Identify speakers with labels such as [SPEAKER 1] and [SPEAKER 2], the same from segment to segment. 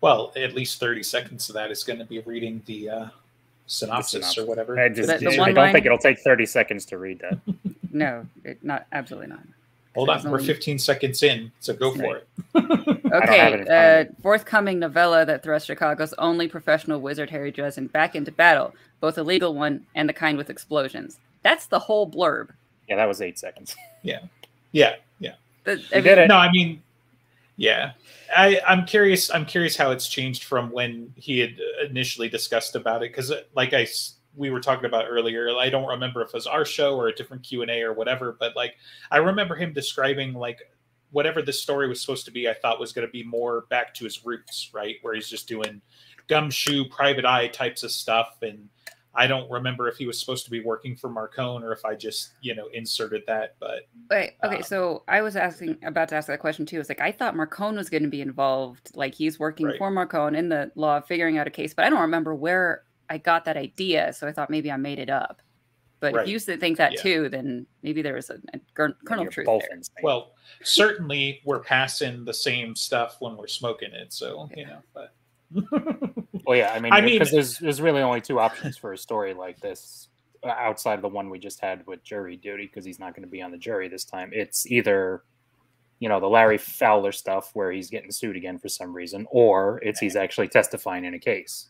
[SPEAKER 1] Well, at least 30 seconds of that is going to be reading the uh, synopsis,
[SPEAKER 2] synopsis.
[SPEAKER 1] or whatever.
[SPEAKER 2] I just,
[SPEAKER 3] That- the
[SPEAKER 2] I
[SPEAKER 3] one
[SPEAKER 2] don't
[SPEAKER 3] line-
[SPEAKER 2] think it'll take 30 seconds to read that.
[SPEAKER 3] No, it, not absolutely not.
[SPEAKER 1] Hold on,
[SPEAKER 3] It's
[SPEAKER 1] we're
[SPEAKER 3] on-
[SPEAKER 1] 15 seconds in, so go for it.
[SPEAKER 2] don't have it in front
[SPEAKER 3] Okay,
[SPEAKER 2] of
[SPEAKER 3] uh, forthcoming novella that thrusts Chicago's only professional wizard Harry Dresden back into battle, both a legal one and the kind with explosions. That's the whole blurb.
[SPEAKER 2] Yeah, that was eight seconds.
[SPEAKER 1] Yeah,
[SPEAKER 3] That- I
[SPEAKER 2] You
[SPEAKER 3] mean,
[SPEAKER 2] did it.
[SPEAKER 1] no, I mean, yeah. I, I'm curious. I'm curious how it's changed from when he had initially discussed about it, because like I s- we were talking about earlier, I don't remember if it was our show or a different Q and A or whatever, but like I remember him describing like whatever the story was supposed to be. I thought was going to be more back to his roots, right, where he's just doing gumshoe, private eye types of stuff, and I don't remember if he was supposed to be working for Marcone or if I just you know inserted that, but
[SPEAKER 3] Wait, okay,
[SPEAKER 1] Uh,
[SPEAKER 3] so I was asking about to ask that question too. It's like I thought Marcone was going to be involved, like he's working
[SPEAKER 1] Right.
[SPEAKER 3] for Marcone in the law, of figuring out a case. But I don't remember where I got that idea, so I thought maybe I made it up. But
[SPEAKER 1] Right.
[SPEAKER 3] if you s- think that
[SPEAKER 1] Yeah.
[SPEAKER 3] too, then maybe there was a, a gr- kernel
[SPEAKER 2] You're
[SPEAKER 3] of truth
[SPEAKER 2] both
[SPEAKER 3] there.
[SPEAKER 2] insane.
[SPEAKER 1] Well, certainly we're passing the same stuff when we're smoking it, so you know. But
[SPEAKER 2] Well, yeah, I mean,
[SPEAKER 1] I mean-
[SPEAKER 2] because there's there's really only two options for a story like this uh, outside of the one we just had with jury duty, because he's not going to be on the jury this time. It's either, you know, the Larry Fowler stuff where he's getting sued again for some reason, or it's he's actually testifying in a case.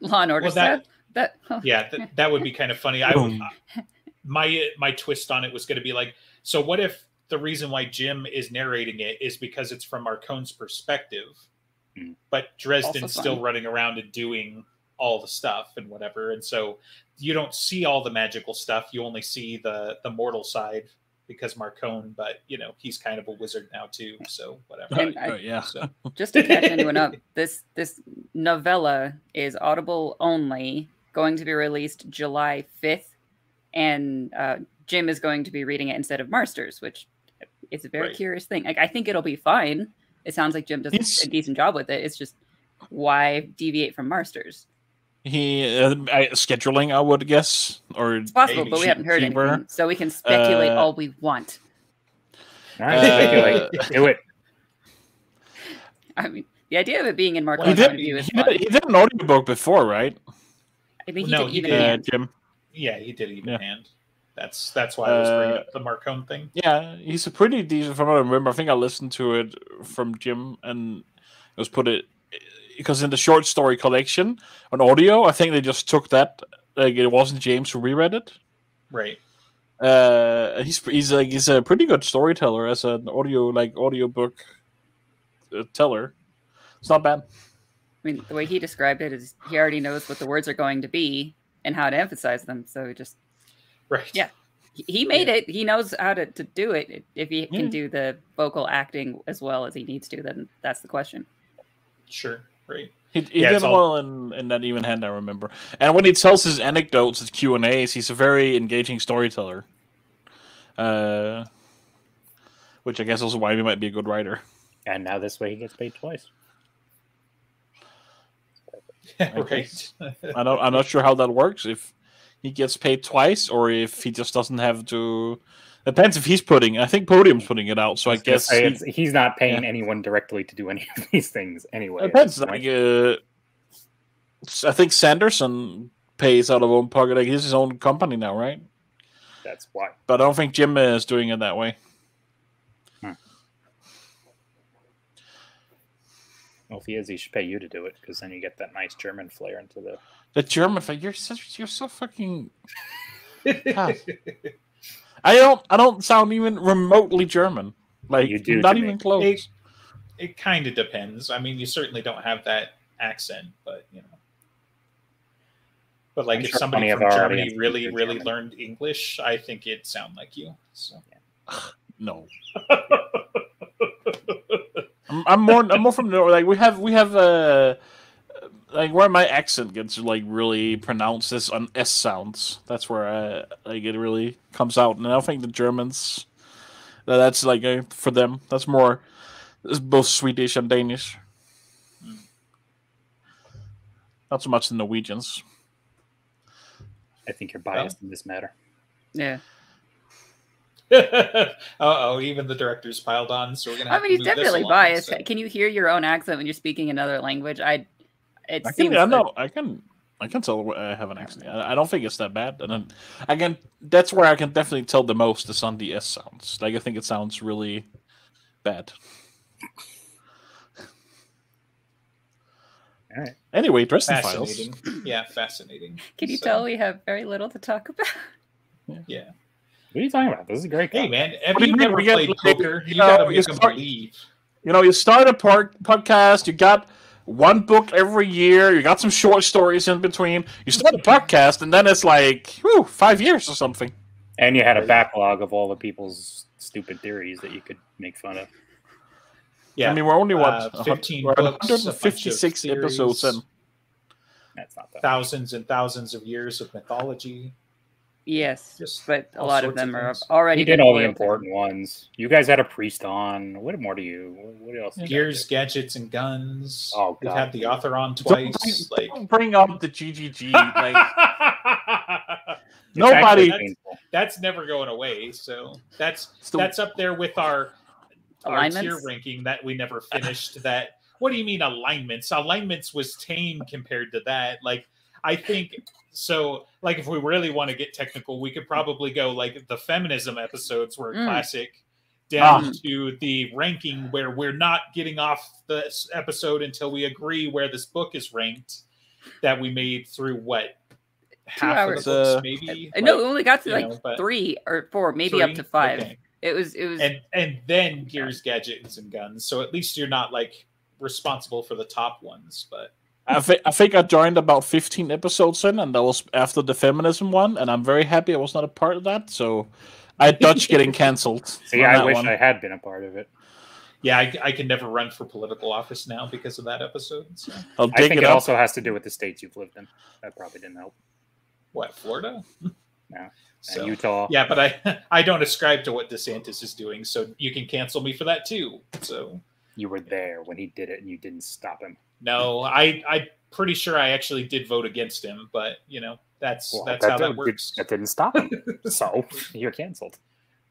[SPEAKER 3] Law and Order
[SPEAKER 1] Well, that-
[SPEAKER 3] stuff. That, oh,
[SPEAKER 1] yeah, th- that would be kind of funny. I would,
[SPEAKER 4] Boom.
[SPEAKER 1] my my twist on it was going to be like, so what if the reason why Jim is narrating it is because it's from Marcone's perspective,
[SPEAKER 2] Hmm.
[SPEAKER 1] but Dresden's
[SPEAKER 3] Also
[SPEAKER 1] still
[SPEAKER 3] fun.
[SPEAKER 1] running around and doing all the stuff and whatever, and so you don't see all the magical stuff. You only see the the mortal side because Marcone, but you know he's kind of a wizard now too, so whatever.
[SPEAKER 3] And I-
[SPEAKER 4] Right, Oh, yeah.
[SPEAKER 1] So
[SPEAKER 3] just to catch anyone up, this this novella is Audible only, going to be released July fifth, and uh, Jim is going to be reading it instead of Marsters, which is a very
[SPEAKER 1] Right.
[SPEAKER 3] curious thing. Like I think it'll be fine. It sounds like Jim does
[SPEAKER 4] It's-
[SPEAKER 3] a decent job with it. It's just why deviate from Marsters?
[SPEAKER 4] He uh, I, scheduling, I would guess, or
[SPEAKER 3] It's possible,
[SPEAKER 1] Maybe
[SPEAKER 3] but we haven't heard
[SPEAKER 4] cheaper.
[SPEAKER 3] anything, so we can speculate
[SPEAKER 4] Uh,
[SPEAKER 3] all we want.
[SPEAKER 2] All right, speculate.
[SPEAKER 4] Uh,
[SPEAKER 2] do it.
[SPEAKER 3] I mean, the idea of it being in Marco
[SPEAKER 4] he
[SPEAKER 1] Well,
[SPEAKER 4] did,
[SPEAKER 1] that'd
[SPEAKER 4] he,
[SPEAKER 3] view is
[SPEAKER 4] did,
[SPEAKER 3] fun.
[SPEAKER 4] he did an audiobook before, right?
[SPEAKER 3] I mean, he
[SPEAKER 1] No,
[SPEAKER 3] did
[SPEAKER 1] he
[SPEAKER 3] even
[SPEAKER 1] did.
[SPEAKER 4] Yeah,
[SPEAKER 3] hand.
[SPEAKER 4] Jim.
[SPEAKER 1] Yeah, he did even
[SPEAKER 4] Yeah.
[SPEAKER 1] hand. That's that's why I was bringing
[SPEAKER 4] Uh,
[SPEAKER 1] up the Marcone thing.
[SPEAKER 4] Yeah, he's a pretty decent. From what I remember, I think I listened to it from Jim, and it was put it because in the short story collection on audio, I think they just took that. Like it wasn't James who reread it.
[SPEAKER 1] Right.
[SPEAKER 4] Uh, and he's he's like he's a pretty good storyteller as an audio like audiobook uh, teller. It's not
[SPEAKER 3] I
[SPEAKER 4] bad.
[SPEAKER 3] mean, the way he described it is he already knows what the words are going to be and how to emphasize them. So it just
[SPEAKER 1] Right.
[SPEAKER 3] Yeah. he- he made it. He knows how to, to do it. If he
[SPEAKER 4] Yeah.
[SPEAKER 3] can do the vocal acting as well as he needs to, then that's the question.
[SPEAKER 1] Sure. Right.
[SPEAKER 4] He, he
[SPEAKER 1] Yeah, it's
[SPEAKER 4] did
[SPEAKER 1] all-
[SPEAKER 4] well in, in that even hand, I remember. And when he tells his anecdotes at Q and A's, he's a very engaging storyteller. Uh, which I guess also why he might be a good writer.
[SPEAKER 2] And now this way he gets paid twice.
[SPEAKER 1] right.
[SPEAKER 4] I don't. I'm not sure how that works. If he gets paid twice, or if he just doesn't have to. Depends if he's putting. I think Podium's putting it out, so I
[SPEAKER 2] was gonna
[SPEAKER 4] guess
[SPEAKER 2] say,
[SPEAKER 4] he-
[SPEAKER 2] it's- he's not paying anyone directly to do any of these things anyway. at
[SPEAKER 4] Depends.
[SPEAKER 2] this
[SPEAKER 4] Like,
[SPEAKER 2] point.
[SPEAKER 4] uh, s- I think Sanderson pays out of own pocket. Like he's his own company now, right?
[SPEAKER 2] That's why.
[SPEAKER 4] But I don't think Jim is doing it that way.
[SPEAKER 2] Well, if he is, he should pay you to do it because then you get that nice German flair into the.
[SPEAKER 4] The German fact, you're such, you're so fucking. I don't, I don't sound even remotely German. Like
[SPEAKER 2] You do
[SPEAKER 4] not
[SPEAKER 2] to me.
[SPEAKER 4] even close.
[SPEAKER 1] Hey. it kind of depends. I mean, you certainly don't have that accent, but you know. But like,
[SPEAKER 2] I'm
[SPEAKER 1] if
[SPEAKER 2] sure
[SPEAKER 1] somebody
[SPEAKER 2] plenty of
[SPEAKER 1] from
[SPEAKER 2] our
[SPEAKER 1] Germany
[SPEAKER 2] audience
[SPEAKER 1] really,
[SPEAKER 2] speaks
[SPEAKER 1] really
[SPEAKER 2] German.
[SPEAKER 1] learned English, I think it'd sound like you. So
[SPEAKER 4] No. I'm, I'm more, I'm more from the like we have, we have uh, like where my accent gets like really pronounced is on s sounds. That's where I, like it really comes out, and I don't think the Germans. that- That's like uh, for them. That's more. It's both Swedish and Danish. Not so much the Norwegians.
[SPEAKER 2] I think you're biased in this matter.
[SPEAKER 3] Yeah.
[SPEAKER 1] uh oh, even the director's piled on, so we're gonna.
[SPEAKER 3] I
[SPEAKER 1] Have
[SPEAKER 3] mean, he's
[SPEAKER 1] to move this
[SPEAKER 3] definitely
[SPEAKER 1] along,
[SPEAKER 3] biased.
[SPEAKER 1] so-
[SPEAKER 3] Can you hear your own accent when you're speaking another language? I. It
[SPEAKER 4] I
[SPEAKER 3] seems.
[SPEAKER 4] can, I
[SPEAKER 3] that-
[SPEAKER 4] know, I can, I can tell I have an accent. I, I don't think it's that bad, and then I can. That's where I can definitely tell the most is on the S sounds. Like I think it sounds really bad.
[SPEAKER 2] Alright.
[SPEAKER 4] Anyway, Dresden Files.
[SPEAKER 1] Fascinating. Yeah, fascinating.
[SPEAKER 3] Can you
[SPEAKER 1] So,
[SPEAKER 3] tell we have very little to talk about?
[SPEAKER 1] Yeah.
[SPEAKER 2] What are you talking about? This is a great.
[SPEAKER 1] Hey
[SPEAKER 2] game.
[SPEAKER 1] man, have
[SPEAKER 4] What do
[SPEAKER 1] you
[SPEAKER 4] you mean
[SPEAKER 1] never
[SPEAKER 4] we Oh, get
[SPEAKER 1] played
[SPEAKER 4] like,
[SPEAKER 1] poker?
[SPEAKER 4] you
[SPEAKER 1] You
[SPEAKER 4] know,
[SPEAKER 1] gotta
[SPEAKER 4] you
[SPEAKER 1] make them
[SPEAKER 4] start-
[SPEAKER 1] believe.
[SPEAKER 4] You know, you start a park, podcast. You got one book every year. You got some short stories in between. You start a podcast, and then it's like, whew, five years or something.
[SPEAKER 2] And you had a backlog of all the people's stupid theories that you could make fun of.
[SPEAKER 1] Yeah.
[SPEAKER 4] I mean, we're only what
[SPEAKER 1] Uh, 15
[SPEAKER 4] we're
[SPEAKER 1] books, a bunch of
[SPEAKER 4] 156 episodes
[SPEAKER 1] theories.
[SPEAKER 4] in.
[SPEAKER 2] That's not that.
[SPEAKER 1] thousands and thousands of years of mythology.
[SPEAKER 3] Yes,
[SPEAKER 1] Just
[SPEAKER 3] but a
[SPEAKER 1] all
[SPEAKER 3] lot of
[SPEAKER 1] sorts of
[SPEAKER 3] them are
[SPEAKER 1] things.
[SPEAKER 3] already.
[SPEAKER 2] You did all the
[SPEAKER 3] boiled down.
[SPEAKER 2] important ones. You guys had a priest on. What more do you? What else? you got
[SPEAKER 1] Gears, gadgets, and guns.
[SPEAKER 2] Oh,
[SPEAKER 1] We've
[SPEAKER 2] God.
[SPEAKER 1] had the author on twice.
[SPEAKER 4] Don't bring,
[SPEAKER 1] Like
[SPEAKER 4] don't bring up the GGG. Like,
[SPEAKER 2] there? It's actually
[SPEAKER 4] nobody-
[SPEAKER 2] painful.
[SPEAKER 1] that's never going away. So that's
[SPEAKER 4] It's the-
[SPEAKER 1] that's up there with our, our tier
[SPEAKER 3] Alignments?
[SPEAKER 1] ranking that we never finished. that what do you mean alignments? Alignments was tame compared to that. Like I think so. Like if we really want to get technical, we could probably go like the feminism episodes were a
[SPEAKER 3] Mm. Ah.
[SPEAKER 1] classic. Down to the ranking where we're not getting off this episode until we agree where this book is ranked that we made through what half
[SPEAKER 3] hours.
[SPEAKER 1] of the books,
[SPEAKER 4] Uh,
[SPEAKER 1] maybe
[SPEAKER 3] Uh, no,
[SPEAKER 1] Like,
[SPEAKER 3] we only got to
[SPEAKER 1] you
[SPEAKER 3] like
[SPEAKER 1] know, but-
[SPEAKER 3] three or four, maybe up
[SPEAKER 1] three?
[SPEAKER 3] to five.
[SPEAKER 1] Okay.
[SPEAKER 3] It was. It was.
[SPEAKER 1] and and then gears gadgets and guns so at least you're not like responsible for the top ones but
[SPEAKER 4] I, thi- I think I joined about 15 episodes in, and that was after the feminism one, and I'm very happy I was not a part of that. So I dodged getting cancelled.
[SPEAKER 2] See,
[SPEAKER 4] on
[SPEAKER 2] I
[SPEAKER 4] that
[SPEAKER 2] wish
[SPEAKER 4] one.
[SPEAKER 2] I had been a part of it.
[SPEAKER 1] yeah I, I can never run for political office now because of that episode so
[SPEAKER 4] I'll
[SPEAKER 2] I
[SPEAKER 4] dig
[SPEAKER 2] think it
[SPEAKER 4] it up.
[SPEAKER 2] also has to do with the states you've lived in. That probably didn't help.
[SPEAKER 1] what florida
[SPEAKER 2] No.
[SPEAKER 1] so,
[SPEAKER 2] And Utah.
[SPEAKER 1] yeah but i i don't ascribe to what desantis is doing so you can cancel me for that too so
[SPEAKER 2] You were there when he did it, and you didn't stop him.
[SPEAKER 1] no i i'm pretty sure i actually did vote against him but you know that's
[SPEAKER 2] Well,
[SPEAKER 1] that's how
[SPEAKER 2] didn't-
[SPEAKER 1] that works
[SPEAKER 2] That didn't stop him. so you're canceled.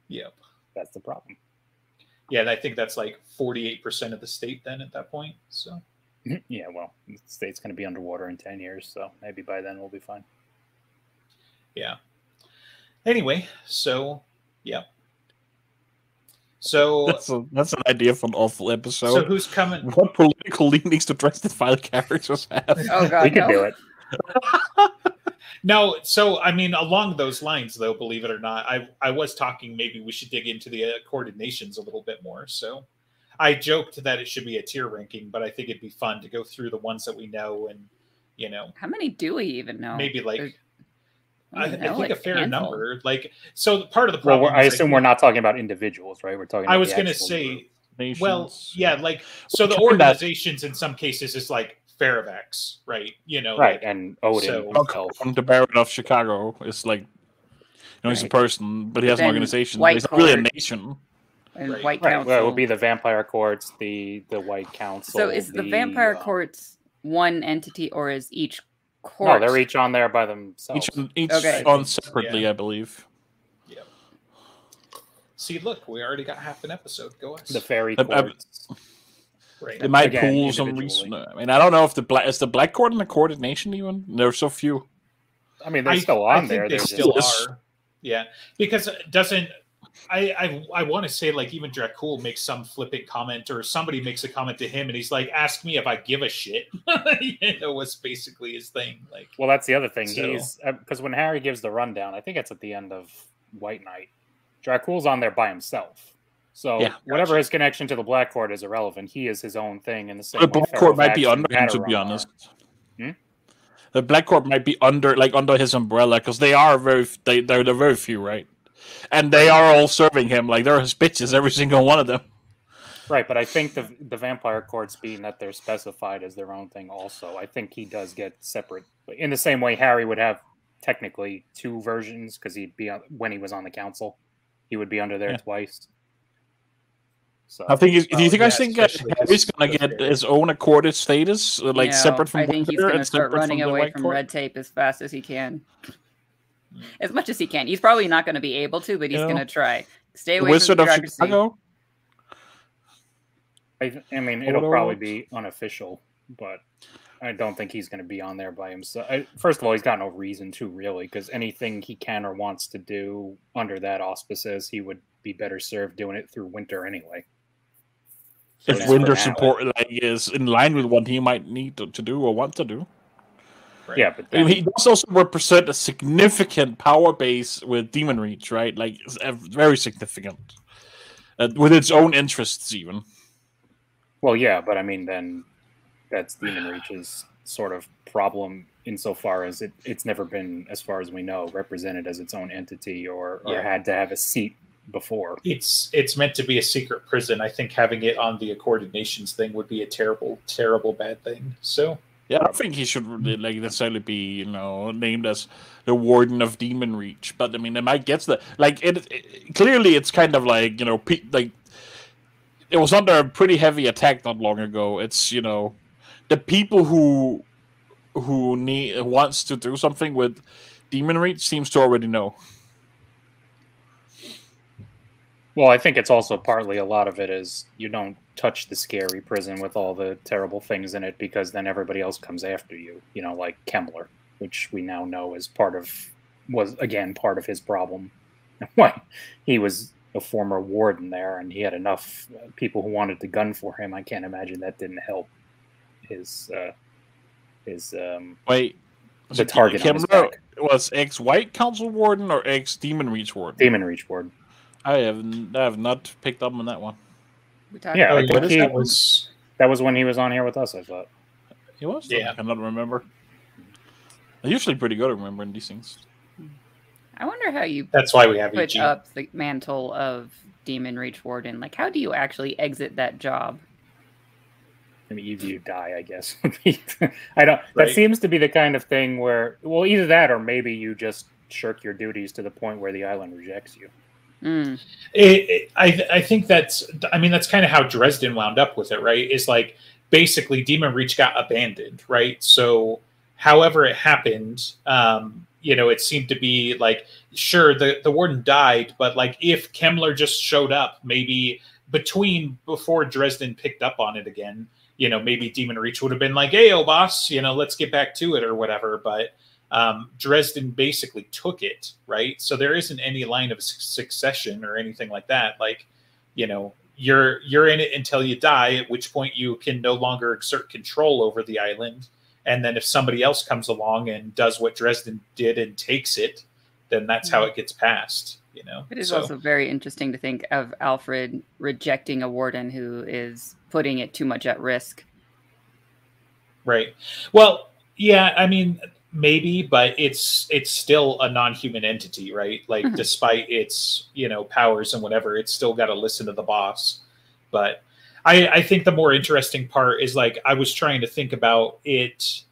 [SPEAKER 1] yep
[SPEAKER 2] That's the problem.
[SPEAKER 1] yeah and i think that's like 48% of the state then at that point so
[SPEAKER 2] Yeah, well, the state's going to be underwater in 10 years, so maybe by then we'll be fine.
[SPEAKER 1] anyway so yeah so
[SPEAKER 4] That's, a, that's an idea for an awful
[SPEAKER 1] so,
[SPEAKER 4] episode.
[SPEAKER 1] who's coming
[SPEAKER 4] what political leanings do Dresden File characters have?
[SPEAKER 3] oh
[SPEAKER 1] Uh,
[SPEAKER 3] god,
[SPEAKER 2] we could
[SPEAKER 3] no.
[SPEAKER 2] do it.
[SPEAKER 1] no so i mean along those lines though believe it or not i i was talking maybe we should dig into the uh, coordinations a little bit more so i joked that it should be a tier ranking but i think it'd be fun to go through the ones that we know and you know
[SPEAKER 3] How many do we even know?
[SPEAKER 1] maybe
[SPEAKER 3] There's-
[SPEAKER 1] like I, I
[SPEAKER 3] don't know,
[SPEAKER 1] think
[SPEAKER 3] like
[SPEAKER 1] a fair
[SPEAKER 3] handful.
[SPEAKER 1] number like so part of the
[SPEAKER 2] Well,
[SPEAKER 1] problem
[SPEAKER 2] we're, I
[SPEAKER 1] is
[SPEAKER 2] assume
[SPEAKER 1] think-
[SPEAKER 2] we're not talking about individuals, right? We're talking. About
[SPEAKER 1] i was
[SPEAKER 2] the
[SPEAKER 1] going to
[SPEAKER 2] actual
[SPEAKER 1] say
[SPEAKER 2] group.
[SPEAKER 1] Well,
[SPEAKER 4] Nations.
[SPEAKER 1] yeah, like so the
[SPEAKER 4] Kinda.
[SPEAKER 1] organizations in some cases is like Faravax, right? You know,
[SPEAKER 2] right?
[SPEAKER 1] like-
[SPEAKER 2] And Odin
[SPEAKER 1] uh, So-
[SPEAKER 2] himself.
[SPEAKER 4] From the Baron of Chicago is like, you know, he's a
[SPEAKER 2] Right.
[SPEAKER 4] person, but he has an
[SPEAKER 3] Then
[SPEAKER 4] organization.
[SPEAKER 3] White
[SPEAKER 4] He's not really a
[SPEAKER 3] Court.
[SPEAKER 4] nation.
[SPEAKER 3] And
[SPEAKER 1] Right.
[SPEAKER 3] White
[SPEAKER 2] Right.
[SPEAKER 3] Council.
[SPEAKER 2] Well, it would be the vampire courts, the the white council.
[SPEAKER 3] so is the, vampire
[SPEAKER 2] uh,
[SPEAKER 3] courts one entity or is each
[SPEAKER 2] No,
[SPEAKER 3] court?
[SPEAKER 2] they're each on there by themselves.
[SPEAKER 4] Each, each
[SPEAKER 3] Okay.
[SPEAKER 4] on separately, I believe.
[SPEAKER 1] see, look, we already got half an episode. Go us.
[SPEAKER 2] the fairy
[SPEAKER 4] Uh, uh,
[SPEAKER 2] courts.
[SPEAKER 1] right.
[SPEAKER 4] It might
[SPEAKER 2] Again,
[SPEAKER 4] pull some reason.
[SPEAKER 2] individually.
[SPEAKER 4] I mean, I don't know if the black is the black court and the coordination even. There are so few.
[SPEAKER 2] I mean, they're
[SPEAKER 1] I-
[SPEAKER 2] still
[SPEAKER 1] I
[SPEAKER 2] on
[SPEAKER 1] think
[SPEAKER 2] there.
[SPEAKER 1] They
[SPEAKER 2] they're just-
[SPEAKER 1] still
[SPEAKER 4] just-
[SPEAKER 1] are. Yeah, because it doesn't I I, I want to say like even Dracul makes some flippant comment or somebody makes a comment to him and he's like, "Ask me if I give a shit." you know, was basically his thing. Like,
[SPEAKER 2] Well, that's the other thing.
[SPEAKER 1] So-
[SPEAKER 2] He's because when Harry gives the rundown, I think it's at the end of White Knight. Dracul's on there by himself, so
[SPEAKER 4] Yeah.
[SPEAKER 2] whatever
[SPEAKER 1] Gotcha.
[SPEAKER 2] his connection to the Black Court is irrelevant. He is his own thing in the same.
[SPEAKER 4] The
[SPEAKER 2] way
[SPEAKER 4] black court might be
[SPEAKER 2] Ferrovax and
[SPEAKER 4] under him, to be
[SPEAKER 2] Batarang are.
[SPEAKER 4] honest.
[SPEAKER 2] Hmm?
[SPEAKER 4] The black court might be under, like under his umbrella, because they are very f- they they're, they're very few, right? And they are all serving him. Like they're his bitches, every single one of them.
[SPEAKER 2] Right, but I think the the vampire courts being that they're specified as their own thing. Also, I think he does get separate in the same way Harry would have technically two versions because he'd be on, when he was on the council, he would be under there
[SPEAKER 4] Yeah.
[SPEAKER 2] twice. So
[SPEAKER 4] I think. he's- Do
[SPEAKER 1] Well,
[SPEAKER 4] you think
[SPEAKER 1] yeah,
[SPEAKER 4] I think that
[SPEAKER 1] especially
[SPEAKER 4] Harry's
[SPEAKER 1] this-
[SPEAKER 4] gonna
[SPEAKER 1] this
[SPEAKER 4] get
[SPEAKER 1] area.
[SPEAKER 4] his own accorded status, uh, like
[SPEAKER 3] No,
[SPEAKER 4] separate from
[SPEAKER 3] I think he's
[SPEAKER 4] Winter
[SPEAKER 3] going to
[SPEAKER 4] and
[SPEAKER 3] start
[SPEAKER 4] separate
[SPEAKER 3] running
[SPEAKER 4] the
[SPEAKER 3] away
[SPEAKER 4] White
[SPEAKER 3] from
[SPEAKER 4] Court?
[SPEAKER 3] red tape as fast as he can.
[SPEAKER 1] Mm. Hmm.
[SPEAKER 3] As much as he can. He's probably not going to be able to, but he's
[SPEAKER 4] You know?
[SPEAKER 3] going to try. Stay
[SPEAKER 4] The
[SPEAKER 3] away
[SPEAKER 4] Wizard
[SPEAKER 3] from
[SPEAKER 4] of
[SPEAKER 3] bureaucracy.
[SPEAKER 4] Chicago.
[SPEAKER 2] I, I mean,
[SPEAKER 4] Hold
[SPEAKER 2] it'll
[SPEAKER 4] on.
[SPEAKER 2] probably be unofficial, but I don't think he's going to be on there by himself. I, first of all, he's got no reason to really, because anything he can or wants to do under that auspices, he would be better served doing it through winter anyway. So
[SPEAKER 4] If
[SPEAKER 2] just for now,
[SPEAKER 4] winter support like is in line with what he might need to, to do or want to do.
[SPEAKER 1] Right.
[SPEAKER 2] yeah, but
[SPEAKER 4] I mean,
[SPEAKER 2] then,
[SPEAKER 4] he does also represent a significant power base with Demon Reach, right? Like it's ev- very significant, uh, with its own interests even.
[SPEAKER 2] well, yeah, but I mean, then that's Demon Reach's sort of problem insofar as it, it's never been, as far as we know, represented as its own entity or, or
[SPEAKER 1] Yeah.
[SPEAKER 2] had to have a seat before.
[SPEAKER 1] It's it's meant to be a secret prison. I think having it on the Accorded Nations thing would be a terrible, terrible bad thing. So
[SPEAKER 4] Yeah, I don't think he should really, like necessarily be you know named as the warden of Demon Reach, but I mean, it might get to that. Like it, it- clearly, it's kind of like you know, pe- like it was under a pretty heavy attack not long ago. It's you know, the people who who need wants to do something with Demon Reach seems to already know.
[SPEAKER 2] Well, I think it's also partly a lot of it is you don't touch the scary prison with all the terrible things in it because then everybody else comes after you, you know, like Kemmler, which we now know is part of, was again part of his problem. Why? He was a former warden there and he had enough uh, people who wanted to gun for him. I can't imagine that didn't help his, uh, his, um,
[SPEAKER 4] Wait,
[SPEAKER 2] the target on his
[SPEAKER 4] Kemmerer
[SPEAKER 2] back.
[SPEAKER 4] was ex White Council Warden or ex Demon Reach Warden?
[SPEAKER 2] Demon Reach Ward.
[SPEAKER 4] I have n- I have not picked up on that one.
[SPEAKER 3] We talked
[SPEAKER 2] Yeah,
[SPEAKER 1] Oh,
[SPEAKER 3] about
[SPEAKER 2] I
[SPEAKER 1] yeah,
[SPEAKER 2] think
[SPEAKER 1] that
[SPEAKER 2] he-
[SPEAKER 1] was
[SPEAKER 2] That was when he was on here with us, I thought.
[SPEAKER 4] He was.
[SPEAKER 1] Yeah.
[SPEAKER 4] I cannot remember. I'm usually pretty good at remembering these things.
[SPEAKER 3] I wonder how you
[SPEAKER 1] that's why we have
[SPEAKER 3] put
[SPEAKER 1] EG.
[SPEAKER 3] up the mantle of Demon Reach Warden. Like, how do you actually exit that job?
[SPEAKER 2] I mean, either you die, I guess. I don't.
[SPEAKER 1] Right.
[SPEAKER 2] That seems to be the kind of thing where, well, either that or maybe you just shirk your duties to the point where the island rejects you.
[SPEAKER 3] Mm.
[SPEAKER 1] It, it, I I think that's I mean that's kind of how Dresden wound up with it, right? Is like basically Demon Reach got abandoned, right? So however it happened, um, you know, it seemed to be like sure the the warden died, but like if Kemmler just showed up, maybe between before Dresden picked up on it again, you know, maybe Demon Reach would have been like, "Hey, oh boss, you know, let's get back to it" or whatever, but. um, Dresden basically took it, right? So there isn't any line of su- succession or anything like that. Like, you know, you're you're in it until you die, at which point you can no longer exert control over the island. And then if somebody else comes along and does what Dresden did and takes it, then that's how it gets passed. You know,
[SPEAKER 3] Mm-hmm. It is
[SPEAKER 1] So-
[SPEAKER 3] also very interesting to think of Alfred rejecting a warden who is putting it too much at risk.
[SPEAKER 1] Right. Well, yeah, I mean maybe, but it's it's still a non-human entity, right? Like
[SPEAKER 3] Mhm.
[SPEAKER 1] despite its, you know, powers and whatever, it's still got to listen to the boss. But I I think the more interesting part is like I was trying to think about it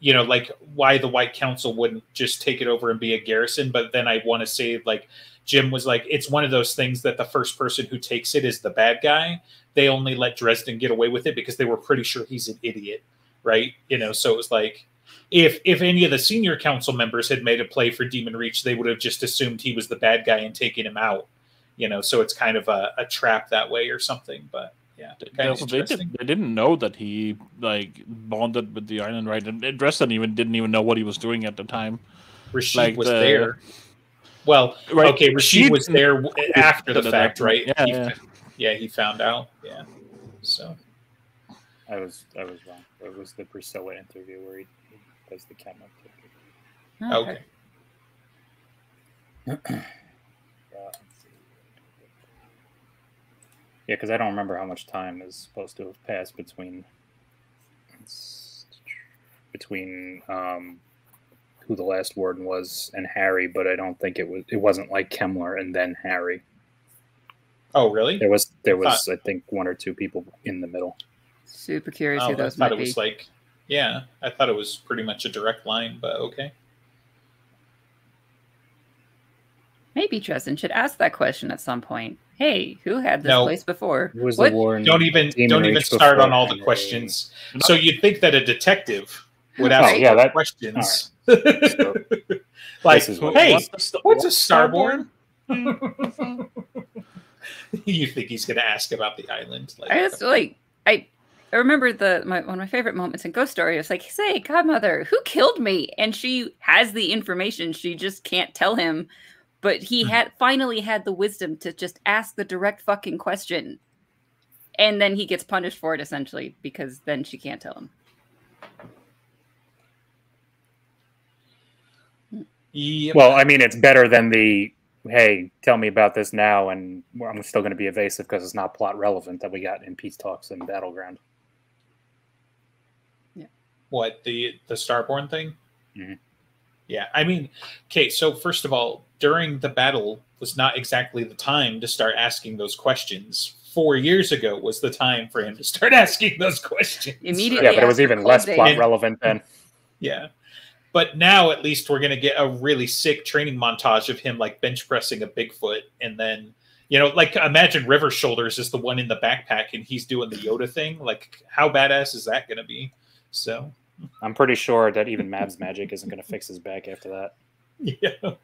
[SPEAKER 1] you know, like why the White Council wouldn't just take it over and be a garrison, but then I want to say like Jim was like it's one of those things that the first person who takes it is the bad guy. They only let Dresden get away with it because they were pretty sure he's an idiot right? You know, so it was like if if any of the senior council members had made a play for Demon Reach, they would have just assumed he was the bad guy and taken him out. You know, so it's kind of a, a trap that way or something. But yeah,
[SPEAKER 4] They,
[SPEAKER 1] kind of
[SPEAKER 4] also- they
[SPEAKER 1] interesting.
[SPEAKER 4] didn't, they didn't know that he like bonded with the island, right? And and Dresden even didn't even know what he was doing at the time.
[SPEAKER 1] Rashid
[SPEAKER 4] like
[SPEAKER 1] was
[SPEAKER 4] the-
[SPEAKER 1] there. Well,
[SPEAKER 4] Right?
[SPEAKER 1] okay, Rashid was
[SPEAKER 4] didn't-
[SPEAKER 1] there w- after the
[SPEAKER 4] Yeah,
[SPEAKER 1] fact,
[SPEAKER 4] yeah.
[SPEAKER 1] right?
[SPEAKER 4] Yeah,
[SPEAKER 1] He-
[SPEAKER 4] yeah.
[SPEAKER 1] yeah, he found out. Yeah, so
[SPEAKER 2] I was I was wrong. It was the Priscilla interview where he, he does the camera. thing.
[SPEAKER 1] Oh, okay.
[SPEAKER 2] Uh, let's see. Yeah, because I don't remember how much time is supposed to have passed between between um, who the last warden was and Harry, but I don't think it was. It wasn't like Kemmler and then Harry.
[SPEAKER 1] Oh, really?
[SPEAKER 2] There was there was I think one or two people in the middle.
[SPEAKER 3] Super curious
[SPEAKER 1] Oh,
[SPEAKER 3] who
[SPEAKER 1] I
[SPEAKER 3] those
[SPEAKER 1] thought
[SPEAKER 3] might
[SPEAKER 1] it
[SPEAKER 3] be.
[SPEAKER 1] was like, yeah, I thought it was pretty much a direct line, but okay.
[SPEAKER 3] Maybe Dresden should ask that question at some point. Hey, who had this
[SPEAKER 1] No.
[SPEAKER 3] place before?
[SPEAKER 2] Who was
[SPEAKER 3] What-
[SPEAKER 2] the warden?
[SPEAKER 1] don't even
[SPEAKER 2] Demon
[SPEAKER 1] don't even
[SPEAKER 2] Rage
[SPEAKER 1] start
[SPEAKER 2] Mm, before
[SPEAKER 1] on all the
[SPEAKER 2] Henry.
[SPEAKER 1] questions. So you'd think that a detective would ask
[SPEAKER 2] Oh, yeah, that-
[SPEAKER 1] questions.
[SPEAKER 2] So,
[SPEAKER 1] like,
[SPEAKER 2] this is
[SPEAKER 1] hey,
[SPEAKER 4] what's a,
[SPEAKER 1] what's a starborn? Mm-hmm. you think he's going to ask about the island? Like,
[SPEAKER 3] I just like I I remember the my, one of my favorite moments in Ghost Story. It's like, say, godmother, who killed me? And she has the information. She just can't tell him. But
[SPEAKER 2] Hmm.
[SPEAKER 3] he had finally had the wisdom to just ask the direct fucking question, and then he gets punished for it essentially because then she can't tell him.
[SPEAKER 1] yep.
[SPEAKER 2] Well, I mean, it's better than the hey, tell me about this now, and I'm still going to be evasive because it's not plot relevant that we got in peace talks and battleground.
[SPEAKER 1] what the the starborn thing
[SPEAKER 2] Mhm.
[SPEAKER 1] yeah i mean okay so first of all during the battle was not exactly the time to start asking those questions four years ago was the time for him to start asking those questions
[SPEAKER 3] Immediately.
[SPEAKER 2] Yeah, but it was
[SPEAKER 3] after
[SPEAKER 2] even less
[SPEAKER 3] closing-
[SPEAKER 2] plot relevant then.
[SPEAKER 1] yeah but now at least we're going to get a really sick training montage of him like bench pressing a bigfoot and then you know like imagine river shoulders is the one in the backpack and he's doing the yoda thing like how badass is that going to be so
[SPEAKER 2] I'm pretty sure that even Mab's magic isn't going to fix his back after that.
[SPEAKER 1] yeah. Uh,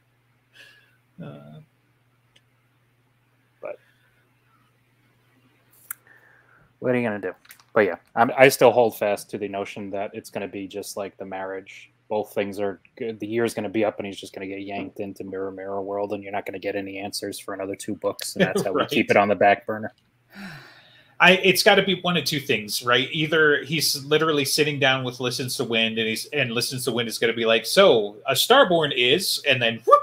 [SPEAKER 2] What are you going to do? But yeah, I'm, I still hold fast to the notion that it's going to be just like the marriage. Both things are good. The year's going to be up, and he's just going to get yanked into Mirror Mirror World, and you're not going to get any answers for another two books, and that's how
[SPEAKER 1] Right.
[SPEAKER 2] we keep it on the back burner.
[SPEAKER 1] I it's got to be one of two things, right? Either he's literally sitting down with Listens to Wind, and he's and Listens to Wind is going to be like, "So a Starborn is," and then whoop,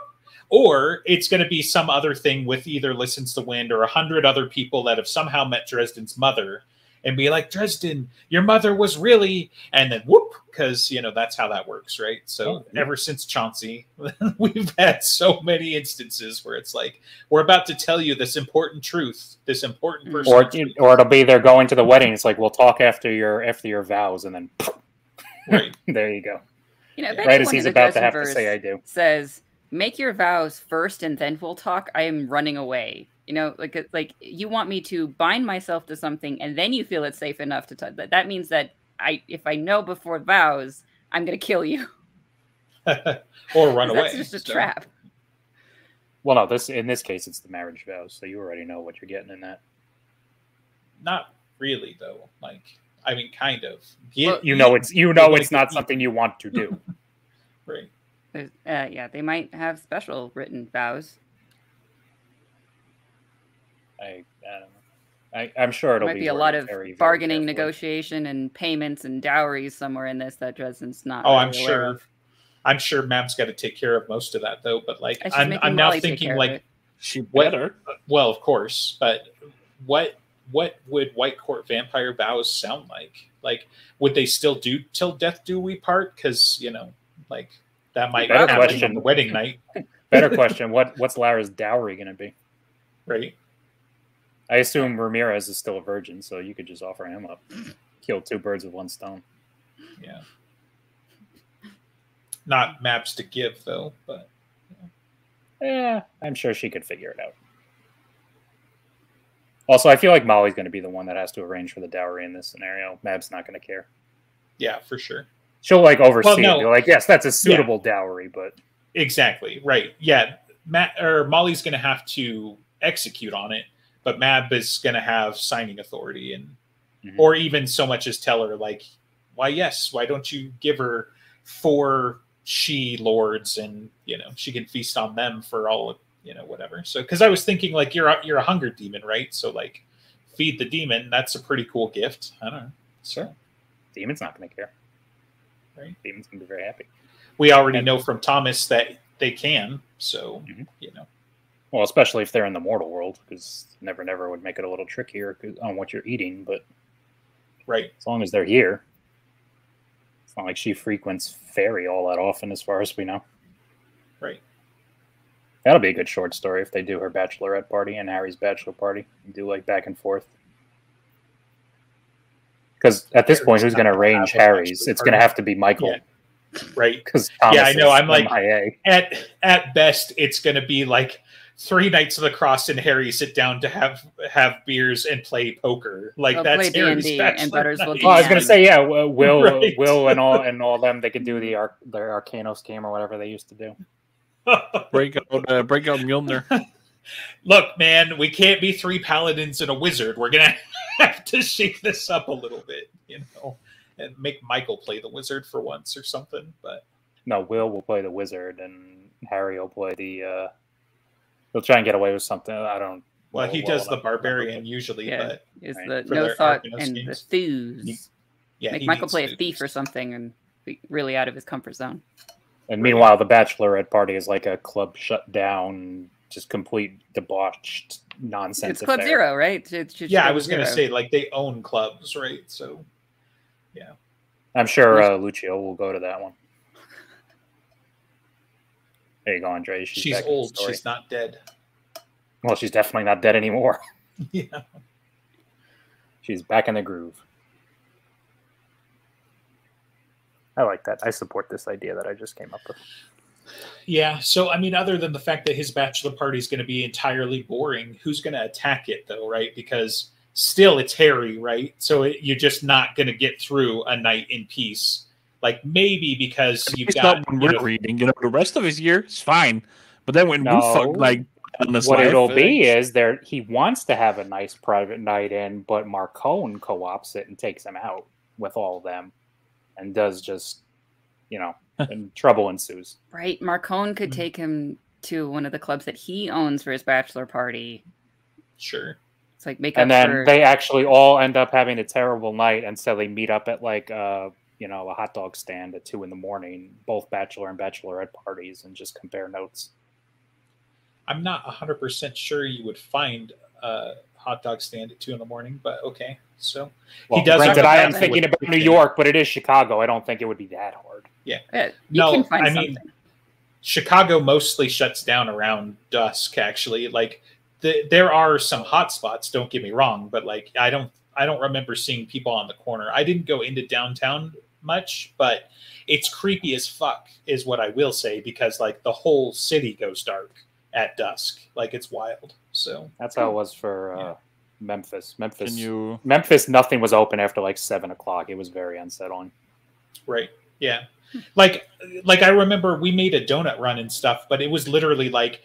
[SPEAKER 1] or it's going to be some other thing with either Listens to Wind or a hundred other people that have somehow met Dresden's mother, and be like, "Dresden, your mother was really," and then whoop, because you know that's how that works, right? So
[SPEAKER 2] Yeah.
[SPEAKER 1] ever since Chauncey, we've had so many instances where it's like, "We're about to tell you this important truth, this important
[SPEAKER 3] Mm.
[SPEAKER 1] person."
[SPEAKER 2] Or, or it'll be they're going to the wedding. It's like we'll talk after your after your vows, and then
[SPEAKER 1] right.
[SPEAKER 2] there you go.
[SPEAKER 3] You know, if
[SPEAKER 2] Right as
[SPEAKER 3] anyone in
[SPEAKER 2] he's
[SPEAKER 3] the
[SPEAKER 2] about to have to
[SPEAKER 3] Dresdenverse
[SPEAKER 2] say, "I do."
[SPEAKER 3] says, "Make your vows first, and then we'll talk." I am running away. You know, like it- like you want me to bind myself to something, and then you feel it's safe enough to touch. That that means that I, if I know before vows, I'm gonna kill you.
[SPEAKER 1] or run away.
[SPEAKER 3] That's just a
[SPEAKER 1] So,
[SPEAKER 3] trap.
[SPEAKER 2] Well, no, this in this case it's the marriage vows, so you already know what you're getting in that.
[SPEAKER 1] Not really, though. Like, I mean, kind of. Yeah,
[SPEAKER 3] Well,
[SPEAKER 2] You know it's you
[SPEAKER 1] You're
[SPEAKER 2] know
[SPEAKER 1] gonna
[SPEAKER 2] it's not
[SPEAKER 1] get-
[SPEAKER 2] something you want to do.
[SPEAKER 1] Right.
[SPEAKER 3] There's- Uh, yeah, they might have special written vows.
[SPEAKER 2] I, I don't know. I, I'm sure
[SPEAKER 3] There
[SPEAKER 2] it'll
[SPEAKER 3] might
[SPEAKER 2] be,
[SPEAKER 3] be a
[SPEAKER 2] worded
[SPEAKER 3] lot of
[SPEAKER 2] very, very
[SPEAKER 3] bargaining,
[SPEAKER 2] carefully.
[SPEAKER 3] negotiation, and payments and dowries somewhere in this that Dresden's not.
[SPEAKER 1] Oh, I'm
[SPEAKER 3] really aware
[SPEAKER 1] sure.
[SPEAKER 3] of.
[SPEAKER 1] I'm sure Map's got to take care of most of that, though. But like,
[SPEAKER 3] I should
[SPEAKER 1] I'm,
[SPEAKER 3] make
[SPEAKER 1] I'm now
[SPEAKER 3] Molly take care
[SPEAKER 1] thinking
[SPEAKER 3] of
[SPEAKER 1] like,
[SPEAKER 3] it.
[SPEAKER 4] She
[SPEAKER 1] What-
[SPEAKER 4] better.
[SPEAKER 1] well, of course, but what what would White Court Vampire vows sound like? Like, would they still do till death do we part? Because you know, like that might
[SPEAKER 2] Better
[SPEAKER 1] happen on
[SPEAKER 2] question.
[SPEAKER 1] the wedding night,
[SPEAKER 2] Better question: What what's Lara's dowry going to be?
[SPEAKER 1] right?
[SPEAKER 2] I assume Ramirez is still a virgin, so you could just offer him up, kill two birds with one stone.
[SPEAKER 1] Yeah. Not Maps to give though, but
[SPEAKER 2] Yeah, I'm sure she could figure it out. Also, I feel like Molly's going to be the one that has to arrange for the dowry in this scenario. Mab's not going to care.
[SPEAKER 1] yeah, for sure.
[SPEAKER 2] She'll like oversee
[SPEAKER 1] Well,
[SPEAKER 2] it.
[SPEAKER 1] no.
[SPEAKER 2] and be like, yes, that's a suitable dowry, but
[SPEAKER 1] Exactly. Right. Yeah. Matt or Molly's going to have to execute on it, but Mab is going to have signing authority and
[SPEAKER 2] Mhm.
[SPEAKER 1] or even so much as tell her like, why yes, why don't you give her four she lords and you know she can feast on them for all of you know whatever. So because I was thinking like you're a, you're a hunger demon, right? So like feed the demon. That's a pretty cool gift. I don't know. Sure.
[SPEAKER 2] Demon's not going to care.
[SPEAKER 1] Right.
[SPEAKER 2] Demon's going to be very happy.
[SPEAKER 1] We already know from Thomas that they can. So
[SPEAKER 2] Mhm.
[SPEAKER 1] you know.
[SPEAKER 2] Well, especially if they're in the mortal world, because Never Never would make it a little trickier 'cause- on what you're eating. But
[SPEAKER 1] Right.
[SPEAKER 2] as long as they're here, it's not like she frequents fairy all that often, as far as we know.
[SPEAKER 1] Right.
[SPEAKER 2] That'll be a good short story if they do her bachelorette party and Harry's bachelor party. and Do like back and forth. Because at this point, who's going to arrange Harry's? It's going to have to be Michael.
[SPEAKER 1] Yeah. Right.
[SPEAKER 2] Because
[SPEAKER 1] Yeah, I know, I'm like-
[SPEAKER 2] MIA.
[SPEAKER 1] at at best it's going to be like three nights of the cross and harry sit down to have have beers and play poker like
[SPEAKER 3] They'll
[SPEAKER 1] that's
[SPEAKER 3] play D&D
[SPEAKER 1] harry's
[SPEAKER 3] and
[SPEAKER 1] bachelor
[SPEAKER 3] Butters will
[SPEAKER 1] night.
[SPEAKER 2] Well, Oh, I was gonna
[SPEAKER 3] Yeah.
[SPEAKER 2] say, yeah, Wi- Will,
[SPEAKER 1] Right.
[SPEAKER 2] Will, and all, and all them. They could do the arc, their Arcanos game or whatever they used to do.
[SPEAKER 4] Break out, uh, break out Mjolnir.
[SPEAKER 1] Look, man, we can't be three paladins and a wizard. We're gonna have to shake this up a little bit, you know, and make Michael play the wizard for once or something. But
[SPEAKER 2] No, Will will play the wizard, and Harry will play the. uh He'll try and get away with something. I don't.
[SPEAKER 1] well,
[SPEAKER 2] know
[SPEAKER 1] he
[SPEAKER 2] Oh, well
[SPEAKER 1] does the
[SPEAKER 2] enough.
[SPEAKER 1] barbarian usually,
[SPEAKER 3] Yeah.
[SPEAKER 1] but
[SPEAKER 3] Is
[SPEAKER 2] Right.
[SPEAKER 3] the
[SPEAKER 1] For
[SPEAKER 3] no
[SPEAKER 1] their
[SPEAKER 3] thought
[SPEAKER 1] Arcanos
[SPEAKER 3] and
[SPEAKER 1] games.
[SPEAKER 3] the thews.
[SPEAKER 1] yeah,
[SPEAKER 3] Make
[SPEAKER 1] he
[SPEAKER 3] Michael
[SPEAKER 1] needs
[SPEAKER 3] play
[SPEAKER 1] to-
[SPEAKER 3] a thief or something and be really out of his comfort zone.
[SPEAKER 2] And meanwhile, the bachelorette party is like a club shut down, just complete debauched nonsense.
[SPEAKER 3] It's Club
[SPEAKER 2] affair.
[SPEAKER 3] Zero, right? It should-
[SPEAKER 1] Yeah, I
[SPEAKER 3] should
[SPEAKER 1] was
[SPEAKER 3] be
[SPEAKER 1] gonna
[SPEAKER 3] zero.
[SPEAKER 1] say like they own clubs, right? So
[SPEAKER 2] I'm sure uh, Lucio will go to that one. There you go, Andre. She's,
[SPEAKER 1] she's
[SPEAKER 2] back in the
[SPEAKER 1] old.
[SPEAKER 2] story.
[SPEAKER 1] She's not dead.
[SPEAKER 2] well. She's definitely not dead anymore.
[SPEAKER 1] Yeah.
[SPEAKER 2] She's back in the groove. I like that. I support this idea that I just came up with.
[SPEAKER 1] Yeah. So, I mean, other than the fact that his bachelor party is going to be entirely boring, who's going to attack it, though, right? Because still it's Harry, right? So it, you're just not going to get through a night in peace. Like maybe because you've
[SPEAKER 4] it's
[SPEAKER 1] got.
[SPEAKER 4] not when
[SPEAKER 1] you
[SPEAKER 4] we're
[SPEAKER 1] know-
[SPEAKER 4] reading. You know, the rest of his year it's fine, but then when we
[SPEAKER 2] No.
[SPEAKER 4] fuck like on this
[SPEAKER 2] what
[SPEAKER 4] life,
[SPEAKER 2] it'll
[SPEAKER 4] uh,
[SPEAKER 2] be is there. He wants to have a nice private night in, but Marcone co-ops it and takes him out with all of them, and does just, you know, and trouble ensues.
[SPEAKER 3] Right. Marcone could
[SPEAKER 1] Mhm.
[SPEAKER 3] take him to one of the clubs that he owns for his bachelor party.
[SPEAKER 1] sure.
[SPEAKER 3] It's like make
[SPEAKER 2] and
[SPEAKER 3] up
[SPEAKER 2] then
[SPEAKER 3] for
[SPEAKER 2] they actually all end up having a terrible night and so they meet up at like uh you know a hot dog stand at two in the morning both bachelor and bachelorette parties and just compare notes
[SPEAKER 1] I'm not 100% sure you would find a hot dog stand at two in the morning, but okay. So,
[SPEAKER 2] well,
[SPEAKER 1] does
[SPEAKER 2] granted
[SPEAKER 3] have
[SPEAKER 2] i
[SPEAKER 3] a
[SPEAKER 2] am
[SPEAKER 3] bad
[SPEAKER 2] thinking
[SPEAKER 1] night.
[SPEAKER 2] about new york but it is chicago i don't think it would be that hard
[SPEAKER 3] Yeah, you
[SPEAKER 1] No,
[SPEAKER 3] can find
[SPEAKER 1] I mean,
[SPEAKER 3] something.
[SPEAKER 1] Chicago mostly shuts down around dusk. Actually, like the, there are some hot spots. Don't get me wrong, but like I don't I don't remember seeing people on the corner. I didn't go into downtown much, but it's creepy as fuck, is what I will say because like the whole city goes dark at dusk. Like it's wild. So
[SPEAKER 2] that's how it was for uh
[SPEAKER 1] Yeah.
[SPEAKER 2] memphis memphis
[SPEAKER 4] Can you?
[SPEAKER 2] memphis nothing was open after like seven o'clock it was very unsettling
[SPEAKER 1] Right. Yeah. Like like I remember we made a donut run and stuff, but it was literally like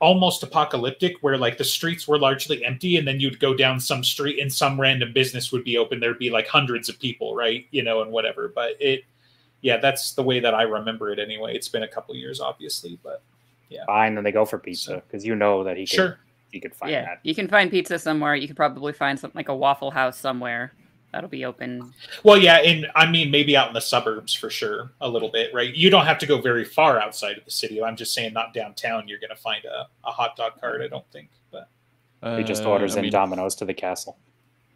[SPEAKER 1] almost apocalyptic where like the streets were largely empty and then you'd go down some street and some random business would be open there'd be like hundreds of people right you know and whatever but it yeah that's the way that i remember it anyway it's been a couple years obviously but
[SPEAKER 2] fine then they go for pizza because you know that he could
[SPEAKER 1] sure
[SPEAKER 2] he could find
[SPEAKER 3] yeah,
[SPEAKER 2] that
[SPEAKER 3] you can find pizza somewhere. You could probably find something like a Waffle House somewhere. That'll be open.
[SPEAKER 1] well yeah and i mean maybe out in the suburbs for sure a little bit right you don't have to go very far outside of the city i'm just saying not downtown you're gonna find a, a hot dog cart i don't think but
[SPEAKER 2] he just
[SPEAKER 4] uh,
[SPEAKER 2] orders
[SPEAKER 4] I
[SPEAKER 2] in
[SPEAKER 4] mean,
[SPEAKER 2] dominoes to the castle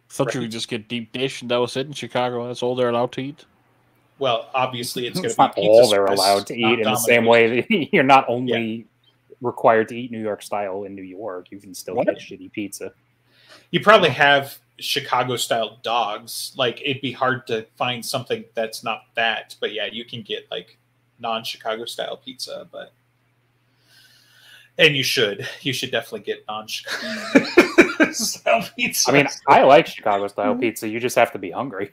[SPEAKER 4] Thought you could just get deep dish and that was it in Chicago. That's all they're allowed to eat.
[SPEAKER 1] Well, obviously, it's going
[SPEAKER 2] it's
[SPEAKER 1] to be
[SPEAKER 2] not
[SPEAKER 1] pizza
[SPEAKER 2] all they're
[SPEAKER 1] service,
[SPEAKER 2] allowed to
[SPEAKER 1] not
[SPEAKER 2] eat in the
[SPEAKER 1] Domino's.
[SPEAKER 2] same way that you're not only required to eat New York style in New York, you can still
[SPEAKER 4] What?
[SPEAKER 2] get shitty pizza.
[SPEAKER 1] You probably have Chicago style dogs. Like it'd be hard to find something that's not that. But yeah, you can get like non Chicago style pizza, but and you should you should definitely get non Chicago style pizza.
[SPEAKER 2] I mean, I like Chicago style pizza. You just have to be hungry.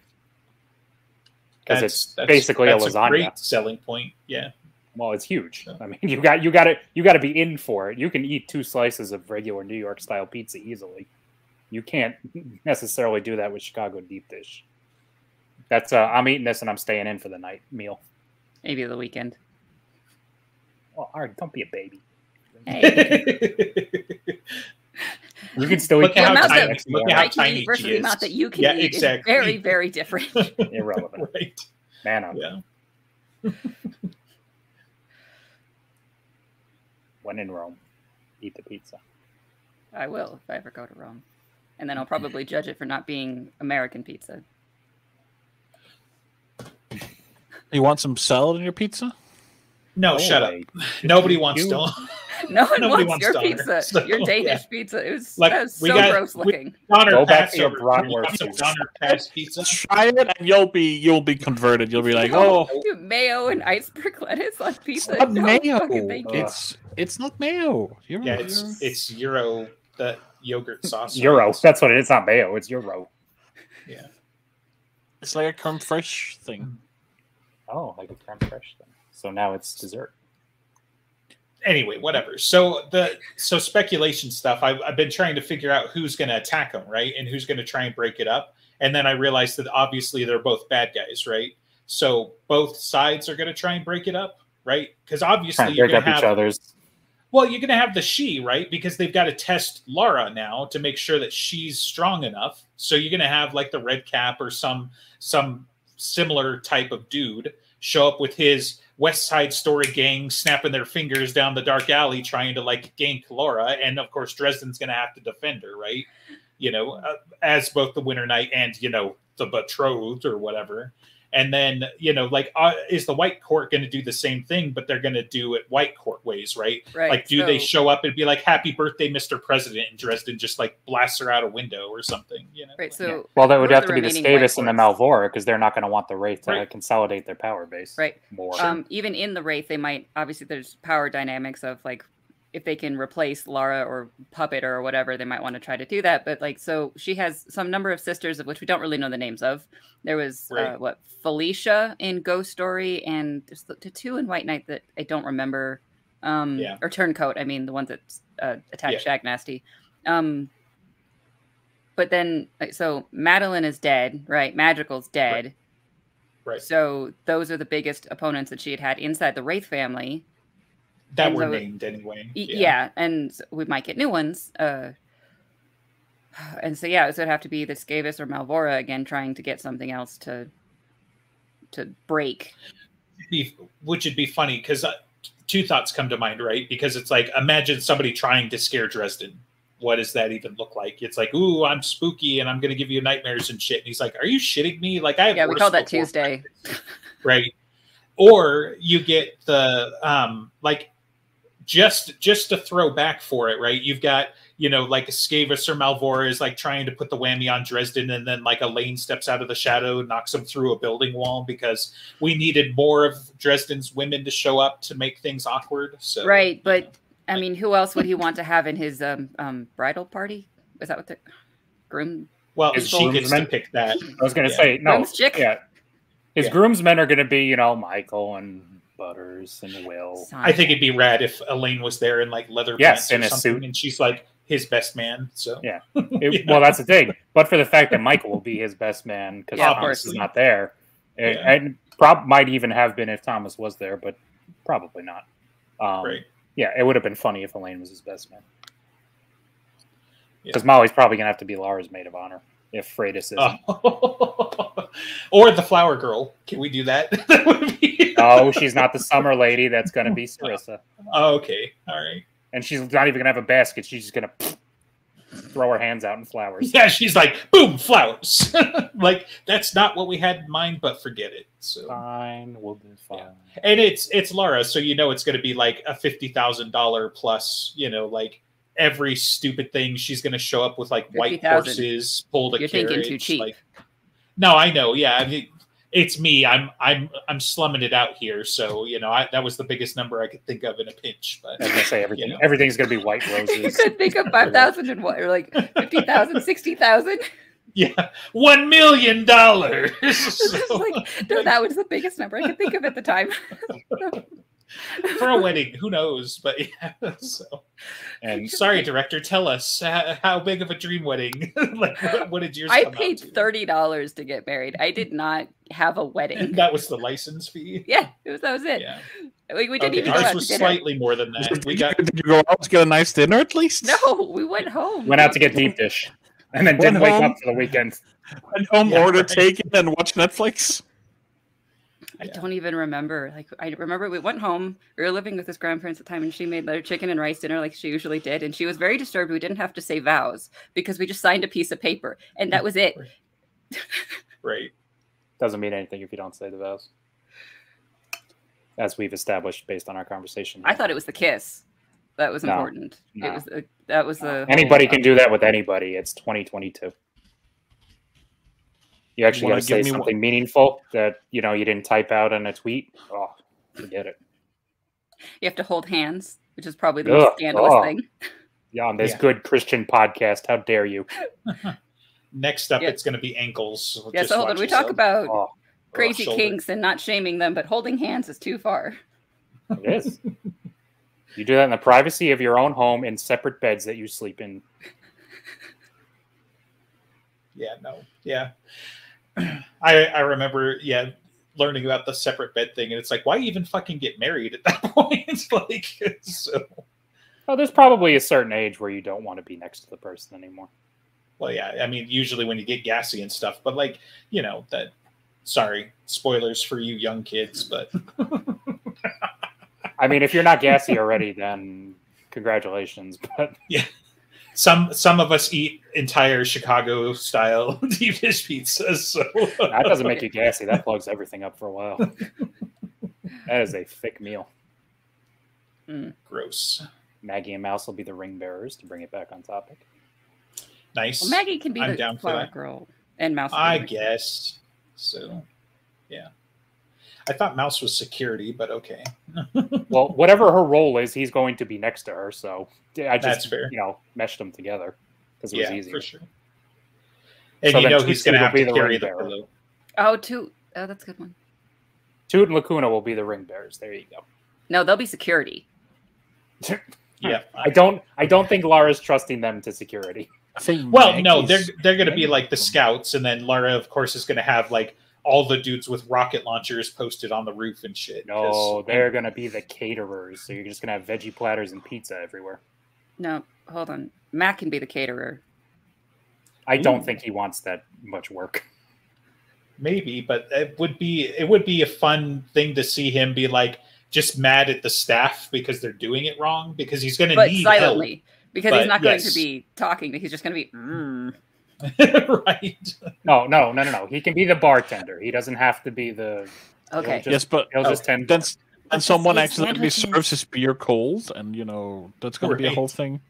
[SPEAKER 2] Because
[SPEAKER 1] That's-
[SPEAKER 2] it's
[SPEAKER 1] that's-
[SPEAKER 2] basically
[SPEAKER 1] that's
[SPEAKER 2] a lasagna.
[SPEAKER 1] great selling point. Yeah.
[SPEAKER 2] Well, it's huge.
[SPEAKER 1] Yeah.
[SPEAKER 2] I mean, you got you got to you got to be in for it. You can eat two slices of regular New York style pizza easily. You can't necessarily do that with Chicago deep dish. That's uh, I'm eating this and I'm staying in for the night meal.
[SPEAKER 3] Maybe the weekend.
[SPEAKER 2] Well, all right, don't be a baby.
[SPEAKER 3] Hey,
[SPEAKER 2] You can still
[SPEAKER 1] Look
[SPEAKER 2] eat
[SPEAKER 1] at how
[SPEAKER 2] pizza
[SPEAKER 3] tiny-
[SPEAKER 2] next
[SPEAKER 1] look at
[SPEAKER 2] morning.
[SPEAKER 1] how
[SPEAKER 3] I can
[SPEAKER 1] tiny
[SPEAKER 3] eat versus
[SPEAKER 1] she
[SPEAKER 3] the
[SPEAKER 1] is.
[SPEAKER 3] amount that you can
[SPEAKER 1] Yeah,
[SPEAKER 3] eat is
[SPEAKER 1] exactly.
[SPEAKER 3] very, very different.
[SPEAKER 2] irrelevant.
[SPEAKER 1] right.
[SPEAKER 2] Man up.
[SPEAKER 1] Yeah.
[SPEAKER 2] When in Rome, eat the pizza.
[SPEAKER 3] I will if I ever go to Rome, and then I'll probably judge it for not being American pizza.
[SPEAKER 4] You want some salad in your pizza?
[SPEAKER 1] No,
[SPEAKER 2] Oh,
[SPEAKER 1] shell.
[SPEAKER 2] wait.
[SPEAKER 1] Nobody wants
[SPEAKER 2] You-
[SPEAKER 1] to.
[SPEAKER 3] No one
[SPEAKER 1] Nobody
[SPEAKER 3] wants,
[SPEAKER 1] wants
[SPEAKER 3] your
[SPEAKER 1] Donner,
[SPEAKER 3] pizza.
[SPEAKER 1] so,
[SPEAKER 3] your Danish
[SPEAKER 1] yeah.
[SPEAKER 3] pizza. It was,
[SPEAKER 1] Like,
[SPEAKER 3] that was so
[SPEAKER 1] we got-
[SPEAKER 3] gross
[SPEAKER 1] we-
[SPEAKER 3] looking.
[SPEAKER 1] Donner
[SPEAKER 2] Go back to your
[SPEAKER 1] Passover. Can we
[SPEAKER 2] bratwurst
[SPEAKER 1] have some
[SPEAKER 2] pizza.
[SPEAKER 1] Donner Pass pizza.
[SPEAKER 4] Try it, and you'll be you'll be converted. You'll be like,
[SPEAKER 3] No,
[SPEAKER 4] oh,
[SPEAKER 3] you mayo and iceberg lettuce on pizza.
[SPEAKER 4] not
[SPEAKER 3] No,
[SPEAKER 4] mayo.
[SPEAKER 3] fucking thank you.
[SPEAKER 4] It's it's not mayo. You're,
[SPEAKER 1] Yeah, it's
[SPEAKER 4] you're-
[SPEAKER 1] it's Euro the yogurt sauce.
[SPEAKER 2] Euro. That's what it is. It's not mayo. It's Euro.
[SPEAKER 4] it's like a creme fraiche thing.
[SPEAKER 2] Oh, like a creme fraiche. Then. So now it's dessert.
[SPEAKER 1] anyway, whatever. So the so speculation stuff. I've, I've been trying to figure out who's going to attack them, right, and who's going to try and break it up. And then I realized that obviously they're both bad guys, right? So both sides are going to try and break it up, right? Because obviously
[SPEAKER 2] Trying to
[SPEAKER 1] you're
[SPEAKER 2] break
[SPEAKER 1] going
[SPEAKER 2] up
[SPEAKER 1] to have
[SPEAKER 2] each other's.
[SPEAKER 1] well, you're going to have the she, right? Because they've got to test Lara now to make sure that she's strong enough. So you're going to have like the red cap or some some similar type of dude show up with his West Side Story gang snapping their fingers down the dark alley trying to like gank Laura, and of course Dresden's going to have to defend her, right? You know, uh, as both the Winter Knight and you know the betrothed or whatever. And then you know, like, uh, is the White Court going to do the same thing? But they're going to do it White Court ways, right?
[SPEAKER 3] Right.
[SPEAKER 1] like, do they
[SPEAKER 3] so-
[SPEAKER 1] show up and be like, "Happy birthday, Mr. President," and Dresden just like blasts her out a window or something? You know,
[SPEAKER 3] right.
[SPEAKER 1] Like,
[SPEAKER 3] So
[SPEAKER 2] Well, that
[SPEAKER 3] Who
[SPEAKER 2] would
[SPEAKER 3] are
[SPEAKER 2] have to
[SPEAKER 3] the
[SPEAKER 2] be the
[SPEAKER 3] remaining White
[SPEAKER 2] Stavis and the
[SPEAKER 3] Lords?
[SPEAKER 2] Malvora because they're not going to want the Wraith to
[SPEAKER 1] Right.
[SPEAKER 2] consolidate their power base
[SPEAKER 3] right.
[SPEAKER 2] more.
[SPEAKER 3] Um, even in the Wraith, they might obviously there's power dynamics of like if they can replace Lara or Puppet or whatever, they might want to try to do that. But like, so she has some number of sisters of which we don't really know the names of. There was uh,
[SPEAKER 1] Right.
[SPEAKER 3] what Felicia in Ghost Story, and there's the, the two in White Knight that I don't remember. Um,
[SPEAKER 1] Yeah.
[SPEAKER 3] or Turncoat, I mean the ones that uh, attack
[SPEAKER 1] Yeah.
[SPEAKER 3] Shag Nasty. Um, but then, like, so Madeline is dead, right? Magical's dead.
[SPEAKER 1] Right.
[SPEAKER 3] So those are the biggest opponents that she had had inside the Wraith family.
[SPEAKER 1] that
[SPEAKER 3] and
[SPEAKER 1] were
[SPEAKER 3] so-
[SPEAKER 1] named anyway.
[SPEAKER 3] Y- Yeah, and s- we might get new ones. Uh, and so yeah, so it'd have to be the Scavis or Malvora again, trying to get something else to to break.
[SPEAKER 1] be, which would be funny because uh, two thoughts come to mind, right? Because it's like imagine somebody trying to scare Dresden. What does that even look like? It's like, ooh, I'm spooky and I'm going to give you nightmares and shit. And he's like, are you shitting me? Like I have
[SPEAKER 3] Yeah, we
[SPEAKER 1] worse
[SPEAKER 3] call that
[SPEAKER 1] before
[SPEAKER 3] Tuesday.
[SPEAKER 1] right or you get the um like just just to throw back for it right you've got you know like Skavis or Malvora is like trying to put the whammy on Dresden and then like Elaine steps out of the shadow and knocks him through a building wall because we needed more of Dresden's women to show up to make things awkward so
[SPEAKER 3] Right, but I mean, who else would he want to have in his um, um bridal party? Is that what the groom?
[SPEAKER 1] well
[SPEAKER 2] Is
[SPEAKER 1] she
[SPEAKER 2] Balloon's
[SPEAKER 1] gets to
[SPEAKER 2] meant-
[SPEAKER 1] pick that
[SPEAKER 2] I was going to
[SPEAKER 1] Uh, yeah.
[SPEAKER 2] say no.
[SPEAKER 3] Groom's chick?
[SPEAKER 2] Yeah, his
[SPEAKER 1] Yeah.
[SPEAKER 2] groomsmen are going to be you know Michael and Butters and Will.
[SPEAKER 3] Son.
[SPEAKER 1] I think it'd be rad if Elaine was there in like leather pants
[SPEAKER 2] Yes,
[SPEAKER 1] or
[SPEAKER 2] in a
[SPEAKER 1] something
[SPEAKER 2] suit.
[SPEAKER 1] and she's like his best man so
[SPEAKER 2] Yeah. It- Well, that's the thing. But for the fact that Michael will be his best man because
[SPEAKER 3] Yeah, of
[SPEAKER 2] Thomas is
[SPEAKER 1] course.
[SPEAKER 2] not there, and,
[SPEAKER 1] Yeah.
[SPEAKER 2] and prob might even have been if Thomas was there, but probably not. Um,
[SPEAKER 1] right
[SPEAKER 2] Yeah, it would have been funny if Elaine was his best man.
[SPEAKER 1] Yeah.
[SPEAKER 2] Because Molly's probably going to have to be Lara's maid of honor if Freitas
[SPEAKER 1] Uh,
[SPEAKER 2] isn't.
[SPEAKER 1] Oh. or the flower girl. Can we do that? that would be.
[SPEAKER 2] no, Oh, she's not the summer lady. That's going to be Sarissa.
[SPEAKER 1] Oh, okay. All right.
[SPEAKER 2] And she's not even going to have a basket. She's just going to throw her hands out in flowers.
[SPEAKER 1] Yeah, she's like, boom, flowers. like that's not what we had in mind, but forget it.
[SPEAKER 3] Uh.
[SPEAKER 1] So,
[SPEAKER 2] Fine. We'll do fine.
[SPEAKER 1] and it's it's Laura, so you know it's going to be like a fifty thousand dollar plus. You know, like every stupid thing she's going to show up with, like white
[SPEAKER 3] 50,000.
[SPEAKER 1] horses, pulled a
[SPEAKER 3] You're
[SPEAKER 1] carriage.
[SPEAKER 3] thinking too cheap.
[SPEAKER 1] Like, no, I know. Yeah, I mean, it's me. I'm I'm I'm slumming it out here. So you know, I, that was the biggest number I could think of in a pinch. But
[SPEAKER 2] I was going to say everything.
[SPEAKER 1] You know.
[SPEAKER 2] Everything's going to be white
[SPEAKER 3] you
[SPEAKER 2] roses.
[SPEAKER 3] could think of five thousand and what, or like fifty thousand, sixty thousand.
[SPEAKER 1] Yeah, one million dollars.
[SPEAKER 3] It's like, no, that was the biggest number I could think of at the time.
[SPEAKER 1] for a wedding, who knows? But yeah, so
[SPEAKER 2] and
[SPEAKER 1] sorry, director, tell us how, how big of a dream wedding. like, what, what did yours?
[SPEAKER 3] I
[SPEAKER 1] come out
[SPEAKER 3] paid
[SPEAKER 1] to?
[SPEAKER 3] thirty dollars to get married. I did not have a wedding.
[SPEAKER 1] That was the license fee.
[SPEAKER 3] yeah, it was that was it.
[SPEAKER 1] Yeah,
[SPEAKER 3] We, we didn't
[SPEAKER 1] Okay,
[SPEAKER 3] even go
[SPEAKER 1] ours
[SPEAKER 3] out
[SPEAKER 1] was
[SPEAKER 3] to dinner.
[SPEAKER 1] slightly more than that. We got
[SPEAKER 4] did you go out to get a nice dinner at least?
[SPEAKER 3] No, we went home.
[SPEAKER 2] went out to get deep dish. And then
[SPEAKER 4] Went
[SPEAKER 2] didn't wake
[SPEAKER 4] home.
[SPEAKER 2] up for the weekend.
[SPEAKER 4] Went home,
[SPEAKER 1] Yeah,
[SPEAKER 4] order
[SPEAKER 1] right.
[SPEAKER 4] taken, and watch Netflix.
[SPEAKER 3] I
[SPEAKER 1] Yeah.
[SPEAKER 3] don't even remember. Like I remember we went home. We were living with his grandparents at the time, and she made their chicken and rice dinner like she usually did. And she was very disturbed. We didn't have to say vows because we just signed a piece of paper, and that was it.
[SPEAKER 1] right.
[SPEAKER 2] Doesn't mean anything if you don't say the vows. As we've established based on our conversation.
[SPEAKER 3] I thought it was the kiss. That was
[SPEAKER 2] No,
[SPEAKER 3] important. It
[SPEAKER 2] no.
[SPEAKER 3] was the that was the
[SPEAKER 2] Anybody can do that with anybody. It's 2022. You actually
[SPEAKER 4] Wanna
[SPEAKER 2] got to say
[SPEAKER 4] give me one-
[SPEAKER 2] something meaningful that you know you didn't type out in a tweet. Oh, forget it.
[SPEAKER 3] You have to hold hands, which is probably the
[SPEAKER 2] Ugh,
[SPEAKER 3] most scandalous
[SPEAKER 2] oh.
[SPEAKER 3] thing.
[SPEAKER 2] Yeah, on this
[SPEAKER 1] Yeah.
[SPEAKER 2] good Christian podcast, how dare you?
[SPEAKER 1] Next up,
[SPEAKER 3] Yeah.
[SPEAKER 1] it's going to be ankles.
[SPEAKER 3] Yeah,
[SPEAKER 1] Just
[SPEAKER 3] so hold on.
[SPEAKER 1] watch
[SPEAKER 3] We talk
[SPEAKER 1] yourself.
[SPEAKER 3] about
[SPEAKER 2] Oh,
[SPEAKER 1] Or
[SPEAKER 3] crazy
[SPEAKER 1] shoulder.
[SPEAKER 3] kinks and not shaming them, but holding hands is too far.
[SPEAKER 2] it is. You do that in the privacy of your own home in separate beds that you sleep in.
[SPEAKER 1] yeah no yeah i i remember yeah learning about the separate bed thing and it's like why even fucking get married at that point it's like so
[SPEAKER 2] Oh, there's probably a certain age where you don't want to be next to the person anymore.
[SPEAKER 1] well yeah i mean usually when you get gassy and stuff but like you know that sorry spoilers for you young kids but
[SPEAKER 2] I mean, if you're not gassy already, then congratulations. But
[SPEAKER 1] some some of us eat entire chicago style deep dish pizzas so
[SPEAKER 2] that doesn't make you gassy. That plugs everything up for a while. That is a thick meal.
[SPEAKER 1] gross
[SPEAKER 2] Maggie and Mouse will be the ring bearers to bring it back on topic.
[SPEAKER 1] nice
[SPEAKER 3] Well, Maggie can be
[SPEAKER 1] I'm down
[SPEAKER 3] the
[SPEAKER 1] for
[SPEAKER 3] flower
[SPEAKER 1] that.
[SPEAKER 3] girl and mouse.
[SPEAKER 1] i
[SPEAKER 3] Girl.
[SPEAKER 1] guess so yeah i thought mouse was security but okay
[SPEAKER 2] Well, whatever her role is, he's going to be next to her. So I just,
[SPEAKER 1] That's fair.
[SPEAKER 2] you know, meshed them together because it was
[SPEAKER 1] yeah,
[SPEAKER 2] easier.
[SPEAKER 1] for sure. And
[SPEAKER 2] So
[SPEAKER 1] you
[SPEAKER 2] then
[SPEAKER 1] know he's
[SPEAKER 2] Tootsie
[SPEAKER 1] going to
[SPEAKER 2] will
[SPEAKER 1] have
[SPEAKER 2] be
[SPEAKER 1] to
[SPEAKER 2] the
[SPEAKER 1] carry
[SPEAKER 2] ring
[SPEAKER 1] the
[SPEAKER 2] bearer.
[SPEAKER 1] pillow.
[SPEAKER 3] Oh, two. Oh, that's a good one.
[SPEAKER 2] Toot and Lacuna will be the ring bearers. There you go.
[SPEAKER 3] No, they'll be security.
[SPEAKER 1] Yeah.
[SPEAKER 2] I don't. I don't think Lara's trusting them to security.
[SPEAKER 4] I think
[SPEAKER 1] Well, no, they're
[SPEAKER 4] Maggie's-
[SPEAKER 1] they're going to be like the
[SPEAKER 4] Maggie's-
[SPEAKER 1] scouts, and then Lara, of course, is going to have like all the dudes with rocket launchers posted on the roof and shit. 'cause-
[SPEAKER 2] No, they're gonna be the caterers. So you're just gonna have veggie platters and pizza everywhere.
[SPEAKER 3] No, hold on. Mac can be the caterer.
[SPEAKER 2] I don't
[SPEAKER 1] Ooh.
[SPEAKER 2] think he wants that much work.
[SPEAKER 1] maybe, but it would be it would be a fun thing to see him be like just mad at the staff because they're doing it wrong because he's going to
[SPEAKER 3] but
[SPEAKER 1] need
[SPEAKER 3] silently because
[SPEAKER 1] but
[SPEAKER 3] he's not going
[SPEAKER 1] yes.
[SPEAKER 3] to be talking. He's just going to be. Mm.
[SPEAKER 1] help, right?
[SPEAKER 2] No, no, no, no, no. He can be the bartender. He doesn't have to be the.
[SPEAKER 3] Okay.
[SPEAKER 2] just-
[SPEAKER 4] yes, but
[SPEAKER 2] He'll just tend.
[SPEAKER 4] then s- then
[SPEAKER 3] It's-
[SPEAKER 4] someone
[SPEAKER 3] it's
[SPEAKER 4] accidentally
[SPEAKER 3] sandwiches.
[SPEAKER 4] serves his beer cold, and you know that's going to be a
[SPEAKER 1] Right.
[SPEAKER 4] whole thing.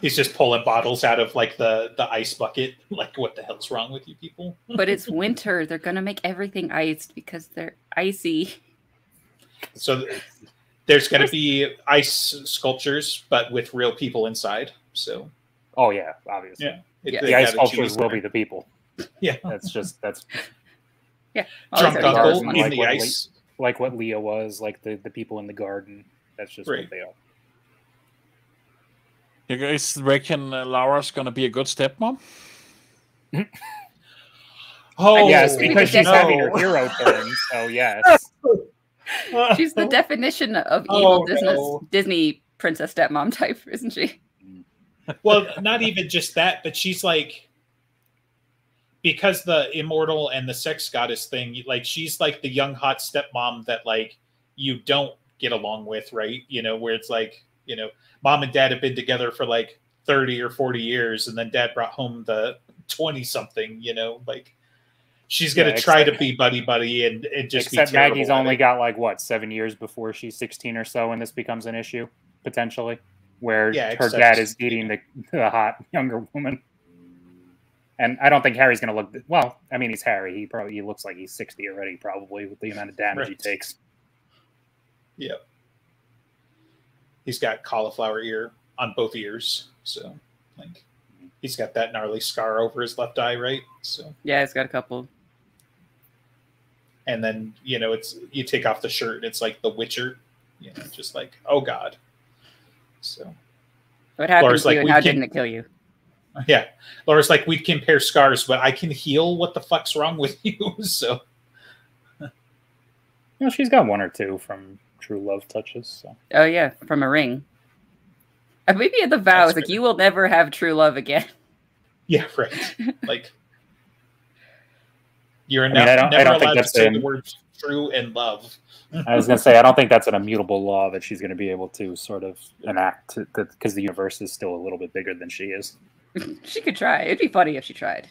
[SPEAKER 1] He's just pulling bottles out of like the the ice bucket. Like, what the hell's wrong with you people?
[SPEAKER 3] but it's winter. They're going to make everything iced because they're icy.
[SPEAKER 1] So th- there's going to be ice sculptures, but with real people inside. So
[SPEAKER 2] Oh yeah, obviously.
[SPEAKER 1] Yeah. it-
[SPEAKER 3] Yeah.
[SPEAKER 1] they
[SPEAKER 2] The ice
[SPEAKER 1] gotta
[SPEAKER 2] sculptures
[SPEAKER 1] choose
[SPEAKER 2] will be the people.
[SPEAKER 1] Yeah.
[SPEAKER 2] That's just that's
[SPEAKER 3] All these
[SPEAKER 1] drunk
[SPEAKER 3] are
[SPEAKER 2] bars
[SPEAKER 1] uncle
[SPEAKER 3] ones.
[SPEAKER 2] and,
[SPEAKER 1] in
[SPEAKER 2] like,
[SPEAKER 1] the
[SPEAKER 2] what
[SPEAKER 1] ice.
[SPEAKER 2] like what Leah was, like the the people in the garden. That's just
[SPEAKER 1] Right.
[SPEAKER 2] what they are.
[SPEAKER 4] You guys reckon uh, Lara's going to be a good stepmom?
[SPEAKER 1] Oh
[SPEAKER 2] yes,
[SPEAKER 3] just gonna
[SPEAKER 2] because
[SPEAKER 3] be
[SPEAKER 2] she's
[SPEAKER 3] the
[SPEAKER 2] having her hero turn. So yes.
[SPEAKER 3] She's the definition of
[SPEAKER 1] Oh,
[SPEAKER 3] evil Disney,
[SPEAKER 1] no.
[SPEAKER 3] Disney princess stepmom type, isn't she?
[SPEAKER 1] well, not even just that, but she's like because the immortal and the sex goddess thing, like she's like the young hot stepmom that like you don't get along with, right? You know, where it's like, you know, mom and dad have been together for like 30 or 40 years and then dad brought home the 20 something, you know, like she's going to
[SPEAKER 2] Yeah,
[SPEAKER 1] try to
[SPEAKER 2] except-
[SPEAKER 1] be buddy buddy and, and just be
[SPEAKER 2] Except
[SPEAKER 1] terrible
[SPEAKER 2] Maggie's
[SPEAKER 1] at
[SPEAKER 2] only
[SPEAKER 1] it.
[SPEAKER 2] got like what seven years before she's sixteen or so, and this becomes an issue potentially, where
[SPEAKER 1] Yeah,
[SPEAKER 2] her
[SPEAKER 1] except-
[SPEAKER 2] dad is dating the, the hot younger woman. And I don't think Harry's going to look well. I mean, he's Harry. He probably he looks like he's sixty already, probably with the amount of damage he
[SPEAKER 1] Right.
[SPEAKER 2] takes.
[SPEAKER 1] he's got cauliflower ear on both ears. So like he's got that gnarly scar over his left eye, right? So
[SPEAKER 3] Yeah, it's got a couple.
[SPEAKER 1] and then you know it's you take off the shirt and it's like the Witcher, you know, just like, oh god. So
[SPEAKER 3] What happened
[SPEAKER 1] Laura's
[SPEAKER 3] to
[SPEAKER 1] like,
[SPEAKER 3] you and
[SPEAKER 1] "We
[SPEAKER 3] how
[SPEAKER 1] can-
[SPEAKER 3] didn't it kill you?
[SPEAKER 1] yeah. Laura's like, we can pair scars, but I can heal. What the fuck's wrong with you? So
[SPEAKER 2] You know, she's got one or two from True Love touches. So
[SPEAKER 3] Oh, yeah, from a ring. And maybe at the vow,
[SPEAKER 1] That's
[SPEAKER 3] it's like,
[SPEAKER 1] fair.
[SPEAKER 3] you will never have true love again.
[SPEAKER 1] yeah, right. like you're
[SPEAKER 2] mean,
[SPEAKER 1] now
[SPEAKER 2] I don't- I
[SPEAKER 1] never
[SPEAKER 2] don't think
[SPEAKER 1] allowed to
[SPEAKER 2] that's
[SPEAKER 1] say
[SPEAKER 2] in-
[SPEAKER 1] the words true and love.
[SPEAKER 2] I was going to say, I don't think that's an immutable law that she's going to be able to sort of enact because the universe is still a little bit bigger than she is.
[SPEAKER 3] she could try. It'd be funny if she tried.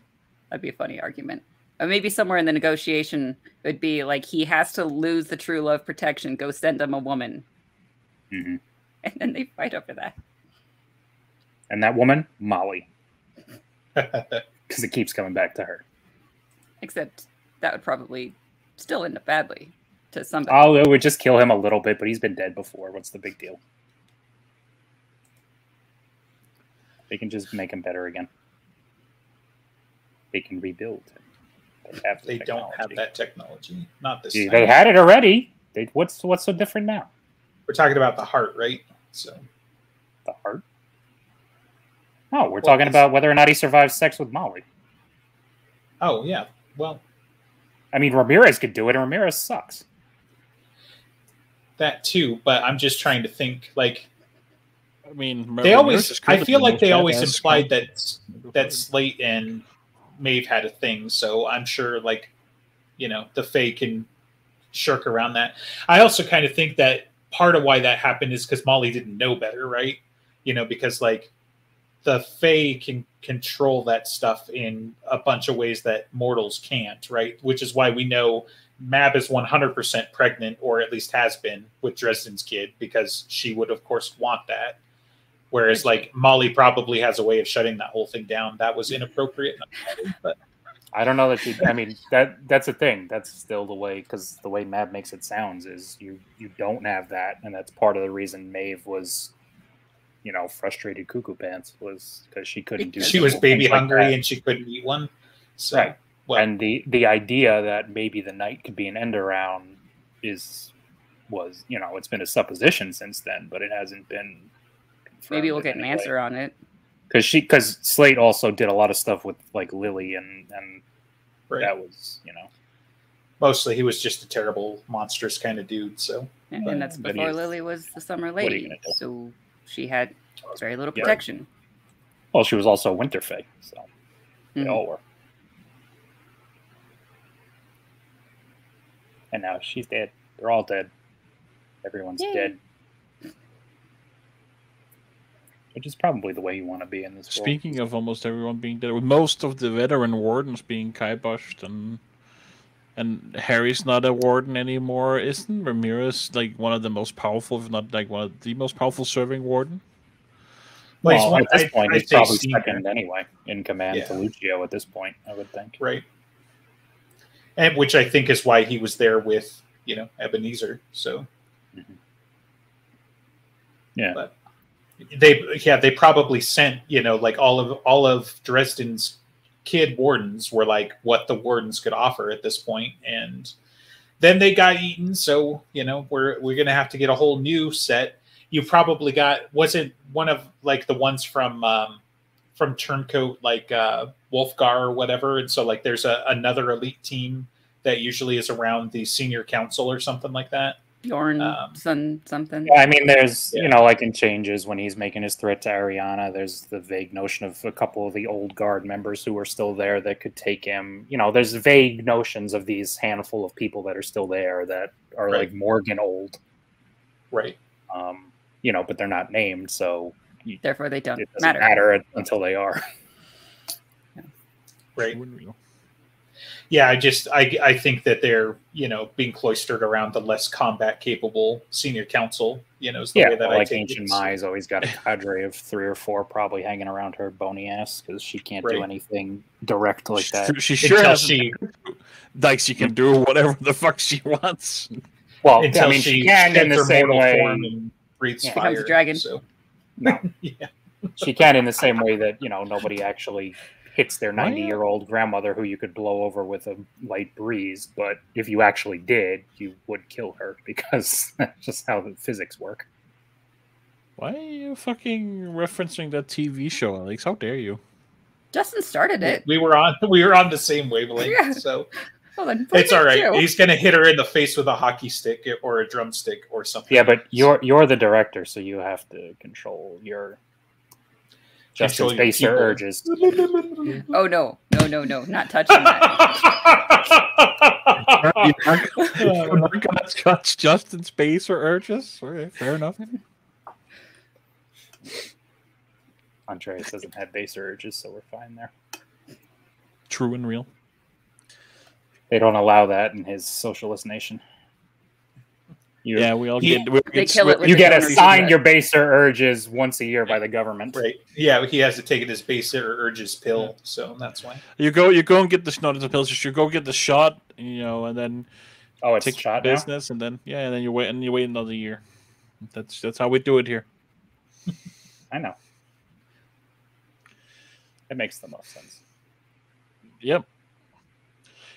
[SPEAKER 3] That'd be a funny argument. Or maybe somewhere in the negotiation it would be like he has to lose the true love protection. Go send him a woman,
[SPEAKER 2] Mhm.
[SPEAKER 3] and then they fight over that.
[SPEAKER 2] And that woman, Molly, because it keeps coming back to her.
[SPEAKER 3] Except that would probably still end up badly to somebody.
[SPEAKER 2] Oh, it would just kill him a little bit, but he's been dead before. What's the big deal? They can just make him better again. They can rebuild him. They, have the
[SPEAKER 1] they don't have
[SPEAKER 2] technology.
[SPEAKER 1] that technology. Not this
[SPEAKER 2] Gee,
[SPEAKER 1] time.
[SPEAKER 2] They had it already. They, what's what's so different now?
[SPEAKER 1] We're talking about the heart, right? So
[SPEAKER 2] The heart? No, we're talking about whether or not he survives sex with Molly.
[SPEAKER 1] oh yeah, well
[SPEAKER 2] I mean, Ramirez could do it, and Ramirez sucks.
[SPEAKER 1] that too. But I'm just trying to think like
[SPEAKER 4] I mean,
[SPEAKER 1] they always i feel like they always implied that that slate and maeve had a thing so i'm sure like you know the fae can shirk around that i also kind of think that part of why that happened is because molly didn't know better right you know because like the fae can control that stuff in a bunch of ways that mortals can't right which is why we know mab is 100% pregnant or at least has been with dresden's kid because she would of course want that Whereas, like Molly probably has a way of shutting that whole thing down. That was inappropriate.
[SPEAKER 2] I don't know that you. I mean, that that's a thing. That's still the way because the way Mab makes it sounds is you you don't have that, and that's part of the reason Maeve was, you know, frustrated cuckoo pants was because she couldn't do.
[SPEAKER 1] She was
[SPEAKER 2] simple
[SPEAKER 1] baby
[SPEAKER 2] things like
[SPEAKER 1] hungry
[SPEAKER 2] that.
[SPEAKER 1] and she couldn't eat one. So,
[SPEAKER 2] Right.
[SPEAKER 1] well,
[SPEAKER 2] and the the idea that maybe the night could be an end around is was you know it's been a supposition since then, but it hasn't been.
[SPEAKER 3] Maybe we'll get an answer on it.
[SPEAKER 2] because she because Slate also did a lot of stuff with like Lily and and
[SPEAKER 1] right.
[SPEAKER 2] that was you know
[SPEAKER 1] mostly he was just a terrible, monstrous kind of dude. So,
[SPEAKER 3] And,
[SPEAKER 1] But-
[SPEAKER 3] and that's
[SPEAKER 2] but
[SPEAKER 3] before
[SPEAKER 2] he's-
[SPEAKER 3] Lily was the summer
[SPEAKER 2] are you
[SPEAKER 3] lady,
[SPEAKER 2] gonna do?
[SPEAKER 3] so she had very little
[SPEAKER 2] Yeah.
[SPEAKER 3] protection.
[SPEAKER 2] well she was also a winter fake so they
[SPEAKER 3] Mhm.
[SPEAKER 2] all were and now she's dead they're all dead everyone's
[SPEAKER 3] Yay.
[SPEAKER 2] dead which is probably the way you want to be in this world.
[SPEAKER 4] Speaking of almost everyone being dead, with most of the veteran wardens being kiboshed and and Harry's not a warden anymore, isn't Ramirez like one of the most powerful, if not like one of the most powerful serving warden?
[SPEAKER 1] Well, he's
[SPEAKER 2] well,
[SPEAKER 1] one-
[SPEAKER 2] at this
[SPEAKER 1] I'd-
[SPEAKER 2] point,
[SPEAKER 1] I'd
[SPEAKER 2] he's
[SPEAKER 1] say
[SPEAKER 2] probably
[SPEAKER 1] senior.
[SPEAKER 2] second anyway in command to
[SPEAKER 1] Yeah.
[SPEAKER 2] Lucio. At this point, I would think.
[SPEAKER 1] right. And which I think is why he was there with, you know, Ebenezer. So,
[SPEAKER 2] Mhm. Yeah.
[SPEAKER 1] But they, yeah, they probably sent, you know, like all of, all of Dresden's kid wardens were like what the wardens could offer at this point and then they got eaten so you know we're we're gonna have to get a whole new set you probably got wasn't one of like the ones from um from turncoat like uh wolfgar or whatever and so like there's a, another elite team that usually is around the senior council or something like that
[SPEAKER 3] Bjorn,
[SPEAKER 1] Um,
[SPEAKER 3] Hmm. son, something.
[SPEAKER 2] Yeah, I mean, there's
[SPEAKER 1] Yeah.
[SPEAKER 2] you know, like in changes when he's making his threat to Ariana, there's the vague notion of a couple of the old guard members who are still there that could take him. You know, there's vague notions of these handful of people that are still there that are
[SPEAKER 1] Right.
[SPEAKER 2] like Morgan old.
[SPEAKER 1] right
[SPEAKER 2] Um, you know, but they're not named, so
[SPEAKER 3] Therefore, they don't
[SPEAKER 2] it doesn't
[SPEAKER 3] matter.
[SPEAKER 2] matter, until they are.
[SPEAKER 1] right yeah i just i i think that they're you know being cloistered around the less combat capable senior council you know is the
[SPEAKER 2] yeah,
[SPEAKER 1] way that i
[SPEAKER 2] like
[SPEAKER 1] take
[SPEAKER 2] ancient
[SPEAKER 1] it.
[SPEAKER 2] Mai's always got a cadre of three or four probably hanging around her bony ass because she can't do
[SPEAKER 1] Right.
[SPEAKER 2] anything direct like that.
[SPEAKER 4] She, she sure
[SPEAKER 1] until
[SPEAKER 4] has
[SPEAKER 1] she
[SPEAKER 4] dikes. She can do whatever the fuck she wants.
[SPEAKER 2] Well,
[SPEAKER 1] until
[SPEAKER 2] I mean,
[SPEAKER 1] she,
[SPEAKER 2] she, can in
[SPEAKER 1] sheds
[SPEAKER 2] the
[SPEAKER 1] her
[SPEAKER 2] same
[SPEAKER 1] mortal
[SPEAKER 2] way.
[SPEAKER 1] form and breathes
[SPEAKER 2] Yeah.
[SPEAKER 1] fire
[SPEAKER 3] Becomes a dragon.
[SPEAKER 1] so
[SPEAKER 2] No.
[SPEAKER 1] yeah
[SPEAKER 2] she can in the same way that you know nobody actually hits their
[SPEAKER 4] yeah.
[SPEAKER 2] 90 year old grandmother who you could blow over with a light breeze but if you actually did you would kill her because that's just how the physics work
[SPEAKER 4] Why are you fucking referencing that TV show, Alex? How dare you?
[SPEAKER 3] Justin started it.
[SPEAKER 1] we were on we were on the same wavelength
[SPEAKER 3] Yeah.
[SPEAKER 1] so
[SPEAKER 3] Hold on,
[SPEAKER 1] it's all right
[SPEAKER 3] you.
[SPEAKER 1] he's gonna hit her in the face with a hockey stick or a drumstick or something
[SPEAKER 2] yeah but you're you're the director so you have to control your
[SPEAKER 1] Control
[SPEAKER 2] Justin's
[SPEAKER 1] your
[SPEAKER 2] base your
[SPEAKER 1] people.
[SPEAKER 2] urges
[SPEAKER 3] Oh no, no, no, no! Not touching that.
[SPEAKER 4] You're not
[SPEAKER 2] Oh
[SPEAKER 4] you're not gonna touch Justin Space or urges? Okay, fair enough.
[SPEAKER 2] Andreas doesn't have base urges so we're fine there
[SPEAKER 4] True and real.
[SPEAKER 2] they don't allow that in his socialist nation you,
[SPEAKER 4] Yeah, we all
[SPEAKER 1] Yeah.
[SPEAKER 4] get. We all
[SPEAKER 3] They
[SPEAKER 4] get
[SPEAKER 3] kill it with
[SPEAKER 2] you
[SPEAKER 3] the
[SPEAKER 2] get
[SPEAKER 3] donors,
[SPEAKER 2] assigned
[SPEAKER 3] but-
[SPEAKER 2] your baser urges once a year by the government
[SPEAKER 1] right yeah he has to take his base or urges pill so that's why
[SPEAKER 4] You go, you go and get the sh- not the pills. You go get the shot, you know, and then
[SPEAKER 2] Oh, it's
[SPEAKER 4] take
[SPEAKER 2] shot now?
[SPEAKER 4] business, and then yeah, and then you wait, and you wait another year. That's that's how we do it here.
[SPEAKER 2] I know. It makes the most sense.
[SPEAKER 4] Yep.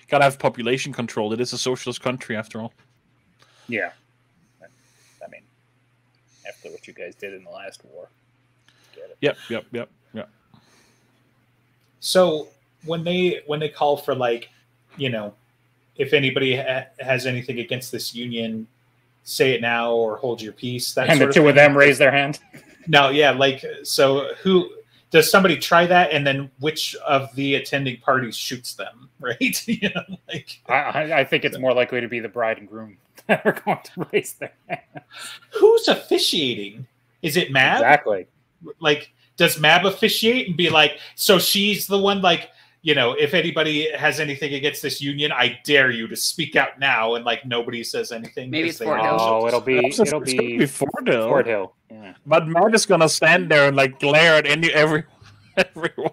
[SPEAKER 4] Gotta have population control. It is a socialist country after all.
[SPEAKER 2] Yeah. I mean,
[SPEAKER 5] after what you guys did in the last war. Get it.
[SPEAKER 4] Yep, yep, yep, yep.
[SPEAKER 1] So when they when they call for like, you know, if anybody ha- has anything against this union, say it now or hold your peace. That
[SPEAKER 5] And the
[SPEAKER 1] sort
[SPEAKER 5] two
[SPEAKER 1] thing.
[SPEAKER 5] of them raise their hand.
[SPEAKER 1] No, yeah, like so. Who does somebody try that, and then which of the attending parties shoots them? Right? you know, like
[SPEAKER 5] I, I, I think it's more likely to be the bride and groom that are going to raise their hand.
[SPEAKER 1] who's officiating? Is it Mab?
[SPEAKER 2] Exactly.
[SPEAKER 1] Like, does Mab officiate and be like, so she's the one? Like, you know, if anybody has anything against this union, I dare you to speak out now, and like nobody says anything.
[SPEAKER 3] Maybe
[SPEAKER 1] 'cause
[SPEAKER 3] it's
[SPEAKER 1] they
[SPEAKER 3] Fort
[SPEAKER 1] know-
[SPEAKER 3] Hill.
[SPEAKER 2] Oh, it'll be
[SPEAKER 4] It's
[SPEAKER 2] it'll
[SPEAKER 4] gonna
[SPEAKER 2] be
[SPEAKER 4] Fordell.
[SPEAKER 2] Fort Hill. Yeah.
[SPEAKER 4] But Matt is gonna stand there and like glare at any every everyone.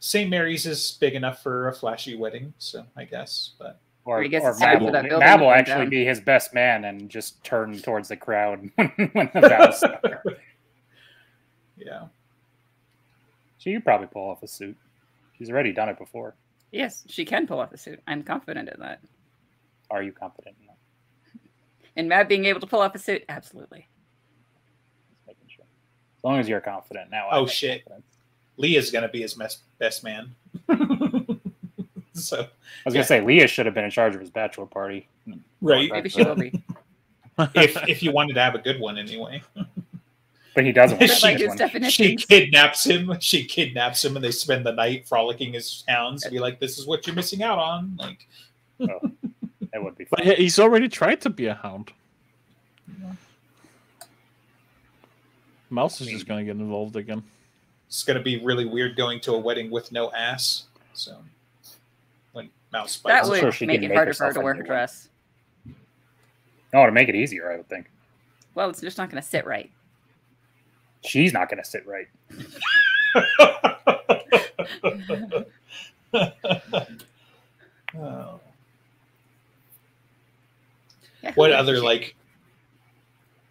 [SPEAKER 1] St. Mary's is big enough for a flashy wedding, so I guess. But
[SPEAKER 5] Or,
[SPEAKER 3] I guess
[SPEAKER 5] or
[SPEAKER 3] it's time
[SPEAKER 5] Mab
[SPEAKER 3] for
[SPEAKER 5] will,
[SPEAKER 3] that building
[SPEAKER 5] Mab
[SPEAKER 3] to
[SPEAKER 5] will
[SPEAKER 3] come
[SPEAKER 5] actually
[SPEAKER 3] down.
[SPEAKER 2] be his best man and just turn towards the crowd when, when the battle's over.
[SPEAKER 1] yeah,
[SPEAKER 2] She could probably pull off a suit. She's already done it before.
[SPEAKER 3] Yes, she can pull off the suit. I'm confident in that.
[SPEAKER 2] Are you confident enough?
[SPEAKER 3] And Matt being able to pull off a suit, absolutely.
[SPEAKER 2] Just making sure. As long as you're confident now. I
[SPEAKER 1] Oh,
[SPEAKER 2] have
[SPEAKER 1] shit.
[SPEAKER 2] confidence.
[SPEAKER 1] Leah's gonna be his mes- best man. so
[SPEAKER 2] I was gonna say Leah should have been in charge of his bachelor party.
[SPEAKER 1] right,
[SPEAKER 3] Maybe she will be.
[SPEAKER 1] if if you wanted to have a good one anyway.
[SPEAKER 2] But he doesn't want to
[SPEAKER 1] She-
[SPEAKER 2] have
[SPEAKER 3] like
[SPEAKER 2] this
[SPEAKER 3] his
[SPEAKER 2] one.
[SPEAKER 1] She
[SPEAKER 3] definition.
[SPEAKER 1] kidnaps him. She kidnaps him, and they spend the night frolicking as hounds. Be like, this is what you're missing out on. Like,
[SPEAKER 2] That would be fun.
[SPEAKER 4] But he- he's already tried to be a hound. Mouse is just gonna get involved again.
[SPEAKER 1] it's gonna be really weird going to a wedding with no ass. So, when mouse
[SPEAKER 3] That
[SPEAKER 1] bites,
[SPEAKER 3] would
[SPEAKER 2] sure she
[SPEAKER 3] make
[SPEAKER 2] can
[SPEAKER 3] it
[SPEAKER 2] make
[SPEAKER 3] harder for her
[SPEAKER 2] herself
[SPEAKER 3] to
[SPEAKER 2] a
[SPEAKER 3] wear
[SPEAKER 2] new
[SPEAKER 3] her
[SPEAKER 2] one.
[SPEAKER 3] dress.
[SPEAKER 2] No, Oh, to make it easier, I would think.
[SPEAKER 3] Well, it's just not going to sit right.
[SPEAKER 2] She's not gonna sit right.
[SPEAKER 1] Oh.
[SPEAKER 3] Yeah, who
[SPEAKER 1] what
[SPEAKER 3] would
[SPEAKER 1] other
[SPEAKER 3] officiate?
[SPEAKER 1] like?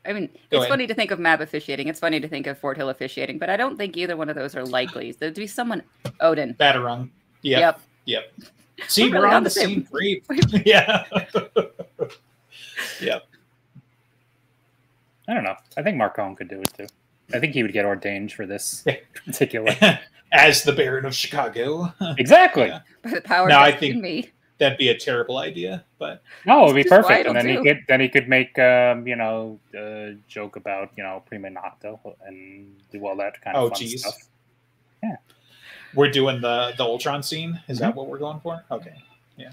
[SPEAKER 3] I mean,
[SPEAKER 1] Go
[SPEAKER 3] it's
[SPEAKER 1] ahead.
[SPEAKER 3] funny to think of Mab officiating. It's funny to think of Fort Hill officiating, but I don't think either one of those are likely. There'd be someone. Odin.
[SPEAKER 1] Batarang. Yeah.
[SPEAKER 3] Yep.
[SPEAKER 1] See,
[SPEAKER 3] We're
[SPEAKER 1] we're,
[SPEAKER 3] really
[SPEAKER 1] on
[SPEAKER 3] on
[SPEAKER 1] the
[SPEAKER 3] the same
[SPEAKER 1] same creep. yeah. yep.
[SPEAKER 2] I don't know. I think Marcone could do it too. I think he would get ordained for this
[SPEAKER 1] Yeah.
[SPEAKER 2] particular.
[SPEAKER 1] As the Baron of Chicago.
[SPEAKER 2] exactly.
[SPEAKER 1] Yeah.
[SPEAKER 3] By the power
[SPEAKER 1] No, I
[SPEAKER 3] vested
[SPEAKER 1] think-
[SPEAKER 3] in me.
[SPEAKER 1] That'd be a terrible idea, but
[SPEAKER 2] No, it'd be
[SPEAKER 3] Just why
[SPEAKER 2] perfect,
[SPEAKER 3] it'll
[SPEAKER 2] and then he
[SPEAKER 3] do.
[SPEAKER 2] could then he could make um, you know a joke about you know prima nocta and do all that kind of
[SPEAKER 1] Oh,
[SPEAKER 2] fun
[SPEAKER 1] geez.
[SPEAKER 2] stuff.
[SPEAKER 1] we're doing the the Ultron scene. Is
[SPEAKER 3] Mm-hmm.
[SPEAKER 1] that what we're going for? Okay. Yeah.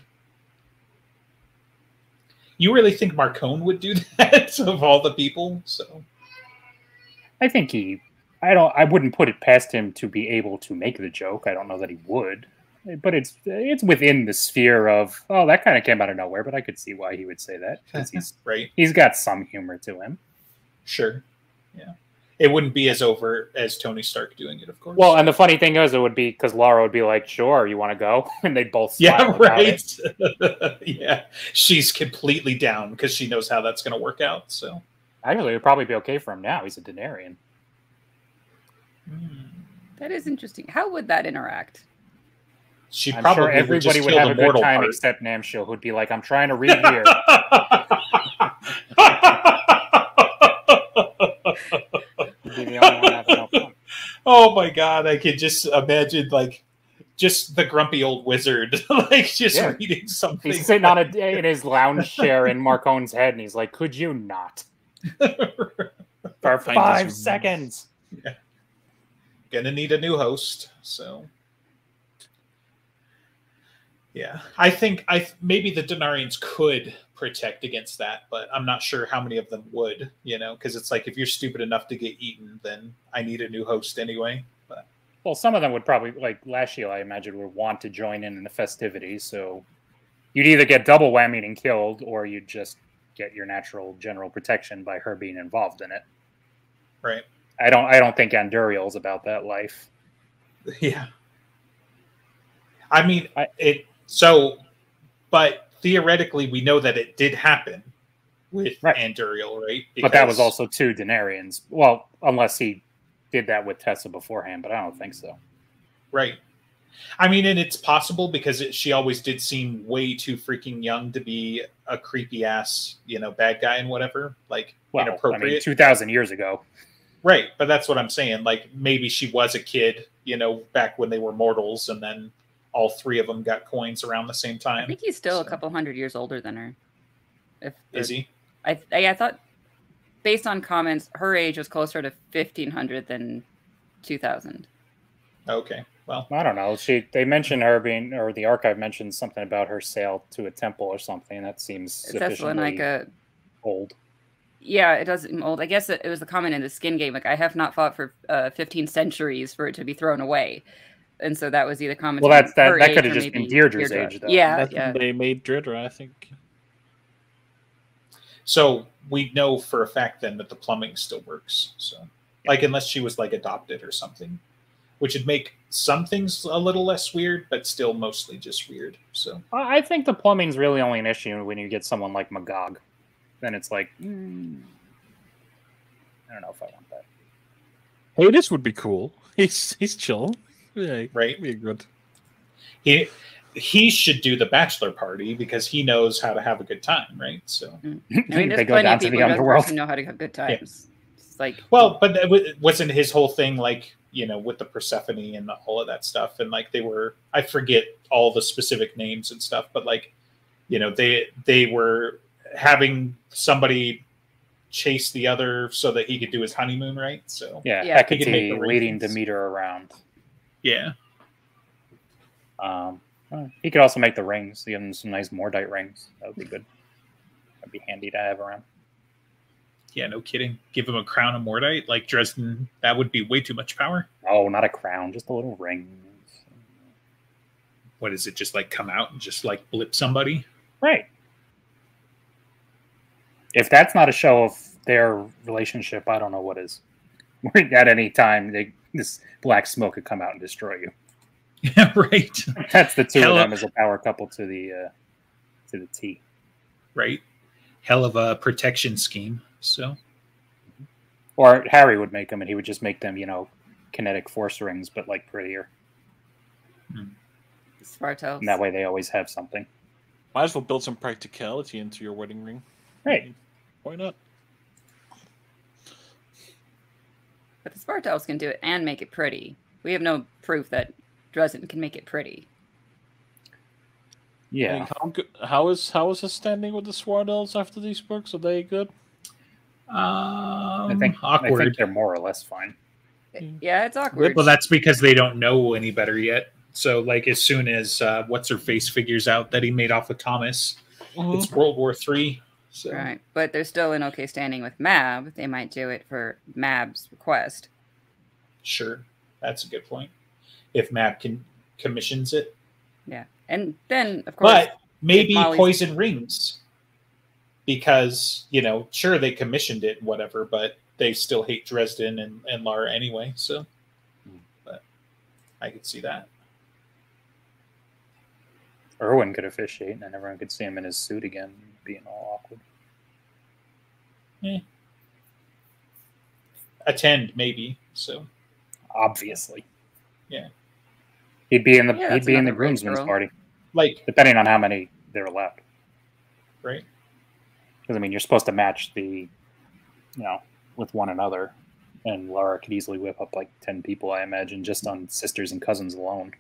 [SPEAKER 1] You really think Marcone would do that of all the people? So
[SPEAKER 2] I think he. I don't. I wouldn't put it past him to be able to make the joke. I don't know that he would, but it's it's within the sphere of. Oh, that kind of came out of nowhere, but I could see why he would say that 'cause he's
[SPEAKER 1] right,
[SPEAKER 2] he's got some humor to him.
[SPEAKER 1] sure. Yeah. It wouldn't be as overt as Tony Stark doing it, of course.
[SPEAKER 2] Well, and the funny thing is, it would be because Laura would be like, "Sure, you want to go," and they'd both. smile
[SPEAKER 1] yeah,
[SPEAKER 2] about it.
[SPEAKER 1] right. yeah. She's completely down because she knows how that's gonna work out. So
[SPEAKER 2] Actually, it'd probably be okay for him now. He's a Denarian.
[SPEAKER 1] Hmm.
[SPEAKER 3] That is interesting. How would that interact?
[SPEAKER 1] she
[SPEAKER 2] I'm
[SPEAKER 1] probably
[SPEAKER 2] sure everybody
[SPEAKER 1] would, just
[SPEAKER 2] would
[SPEAKER 1] kill
[SPEAKER 2] have
[SPEAKER 1] the
[SPEAKER 2] a good
[SPEAKER 1] mortal
[SPEAKER 2] time
[SPEAKER 1] part.
[SPEAKER 2] except Namshil, who'd be like, "I'm trying to read here." He'd be the only one having no fun.
[SPEAKER 1] oh my god, I could just imagine like just the grumpy old wizard like just
[SPEAKER 2] Yeah.
[SPEAKER 1] reading something.
[SPEAKER 2] He's sitting on a in his lounge chair in Marcone's head, and he's like, "Could you not for
[SPEAKER 4] Find
[SPEAKER 2] five
[SPEAKER 4] this-
[SPEAKER 2] seconds?"
[SPEAKER 1] Gonna need a new host, so yeah, I think I th- maybe the Denarians could protect against that, but I'm not sure how many of them would. You know, because it's like if you're stupid enough to get eaten, then I need a new host anyway. But
[SPEAKER 2] Well, some of them would probably like Lashiel. I imagine would want to join in in the festivities, so you'd either get double whammied and killed, or you'd just get your natural general protection by her being involved in it.
[SPEAKER 1] Right.
[SPEAKER 2] I don't. I don't think Anduriel's about that life.
[SPEAKER 1] Yeah. I mean,
[SPEAKER 2] I-
[SPEAKER 1] it so, but theoretically, we know that it did happen with
[SPEAKER 2] Right.
[SPEAKER 1] Anduriel, right?
[SPEAKER 2] But that was
[SPEAKER 1] Because-
[SPEAKER 2] also two Denarians. Well, unless he did that with Tessa beforehand, but I don't think so.
[SPEAKER 1] right. I mean, and it's possible because it, she always did seem way too freaking young to be a creepy ass, you know, bad guy and whatever, like
[SPEAKER 2] Well, I mean,
[SPEAKER 1] inappropriate.
[SPEAKER 2] two thousand years ago.
[SPEAKER 1] Right, but that's what I'm saying. Like maybe she was a kid, you know, back when they were mortals, and then all three of them got coins around the same
[SPEAKER 3] I
[SPEAKER 1] time.
[SPEAKER 3] think he's still a
[SPEAKER 1] So-
[SPEAKER 3] couple hundred years older than her. If
[SPEAKER 1] Is he?
[SPEAKER 3] I, I I thought based on comments, her age was closer to fifteen hundred than two thousand.
[SPEAKER 1] Okay. Well,
[SPEAKER 2] I don't know. She they mentioned her being, or the archive mentioned something about her sale to a temple or something. That seems
[SPEAKER 3] That's when
[SPEAKER 2] sufficiently
[SPEAKER 3] like a
[SPEAKER 2] old.
[SPEAKER 3] yeah, it does seem old. I guess it, it was the comment in the skin game. Like I have not fought for uh, fifteen centuries for it to be thrown away, and so that was either comments.
[SPEAKER 2] Well, that's-
[SPEAKER 3] on
[SPEAKER 2] that-
[SPEAKER 3] her
[SPEAKER 2] that
[SPEAKER 3] age
[SPEAKER 2] could've
[SPEAKER 3] or
[SPEAKER 2] just been
[SPEAKER 3] maybe
[SPEAKER 2] Deirdre's
[SPEAKER 3] Deirdre.
[SPEAKER 2] age, though.
[SPEAKER 3] Yeah,
[SPEAKER 4] That's when
[SPEAKER 3] yeah.
[SPEAKER 4] They made Deirdre, I think.
[SPEAKER 1] so we know for a fact then that the plumbing still works. So, like, unless she was like adopted or something, which would make some things a little less weird, but still mostly just weird. So,
[SPEAKER 2] I I think the plumbing's really only an issue when you get someone like Magog. Then it's like, mm, I don't know if I want that.
[SPEAKER 4] Hades would be cool. He's he's chill. Yeah,
[SPEAKER 1] right.
[SPEAKER 4] he'd be good.
[SPEAKER 1] he he should do the bachelor party because he knows how to have a good time, right? So,
[SPEAKER 3] I mean,
[SPEAKER 2] they
[SPEAKER 3] there's
[SPEAKER 2] go
[SPEAKER 3] plenty
[SPEAKER 2] down
[SPEAKER 3] of
[SPEAKER 2] to
[SPEAKER 3] people
[SPEAKER 2] the
[SPEAKER 3] who don't
[SPEAKER 2] underworld.
[SPEAKER 3] fucking know how to have good times. It's like
[SPEAKER 1] well, but that wa- wasn't his whole thing like you know with the Persephone and the, all of that stuff, and like they were I forget all the specific names and stuff, but like you know they they were having somebody chase the other so that he could do his honeymoon, right? So
[SPEAKER 2] Yeah,
[SPEAKER 3] Yeah.
[SPEAKER 1] He could make
[SPEAKER 2] Hecate
[SPEAKER 1] the
[SPEAKER 2] leading
[SPEAKER 1] rings.
[SPEAKER 2] Demeter around.
[SPEAKER 1] yeah,
[SPEAKER 2] Um, well, he could also make the rings. Give him some nice mordite rings. That would be good. That'd be handy to have around.
[SPEAKER 1] yeah, no kidding. Give him a crown of Mordite like Dresden. That would be way too much power.
[SPEAKER 2] Oh, not a crown, just a little ring.
[SPEAKER 1] What is it? Just like come out and just like blip somebody.
[SPEAKER 2] Right. If that's not a show of their relationship, I don't know what is. At any time, they, this black smoke could come out and destroy you.
[SPEAKER 1] Yeah, right.
[SPEAKER 2] That's the two
[SPEAKER 1] Hell-
[SPEAKER 2] of them as a power couple to the uh, to the T.
[SPEAKER 1] right? Hell of a protection scheme. So
[SPEAKER 2] Or Harry would make them, and he would just make them, you know, kinetic force rings, but like prettier.
[SPEAKER 3] Spartels.
[SPEAKER 2] And that way, they always have something.
[SPEAKER 4] Might as well build some practicality into your wedding ring.
[SPEAKER 2] Right.
[SPEAKER 4] Why not?
[SPEAKER 3] But the Spartels can do it and make it pretty. We have no proof that Dresden can make it pretty.
[SPEAKER 2] Yeah.
[SPEAKER 4] Like, how, good, how is how is his standing with the Sword Elves after these books? Are they good?
[SPEAKER 1] um,
[SPEAKER 2] I think I
[SPEAKER 1] awkward.
[SPEAKER 2] think they're more or less fine.
[SPEAKER 4] Mm.
[SPEAKER 3] Yeah, it's awkward.
[SPEAKER 1] well, that's because they don't know any better yet. So like as soon as uh, what's her face figures out that he made off with Thomas, it's World War Three. So
[SPEAKER 3] right. But they're still in okay standing with Mab. They might do it for Mab's request.
[SPEAKER 1] sure, that's a good point. If Map can commissions it,
[SPEAKER 3] Yeah. And then, of course,
[SPEAKER 1] but maybe
[SPEAKER 3] Molly's-
[SPEAKER 1] poison rings because you know sure they commissioned it whatever but they still hate dresden and, and lara anyway so
[SPEAKER 2] Hmm.
[SPEAKER 1] but i could see that
[SPEAKER 2] Irwin could officiate, and then everyone could see him in his suit again, being all awkward.
[SPEAKER 1] attend maybe so
[SPEAKER 2] Obviously.
[SPEAKER 1] Yeah.
[SPEAKER 2] He'd be in the
[SPEAKER 3] Yeah,
[SPEAKER 2] he'd
[SPEAKER 3] that's
[SPEAKER 2] be in the
[SPEAKER 3] another rich
[SPEAKER 2] groomsmen's
[SPEAKER 3] girl.
[SPEAKER 2] party,
[SPEAKER 1] like
[SPEAKER 2] depending on how many they're allowed.
[SPEAKER 1] right
[SPEAKER 2] Because I mean, you're supposed to match the, you know, with one another, and Laura could easily whip up like ten people, I imagine, just on sisters and cousins alone.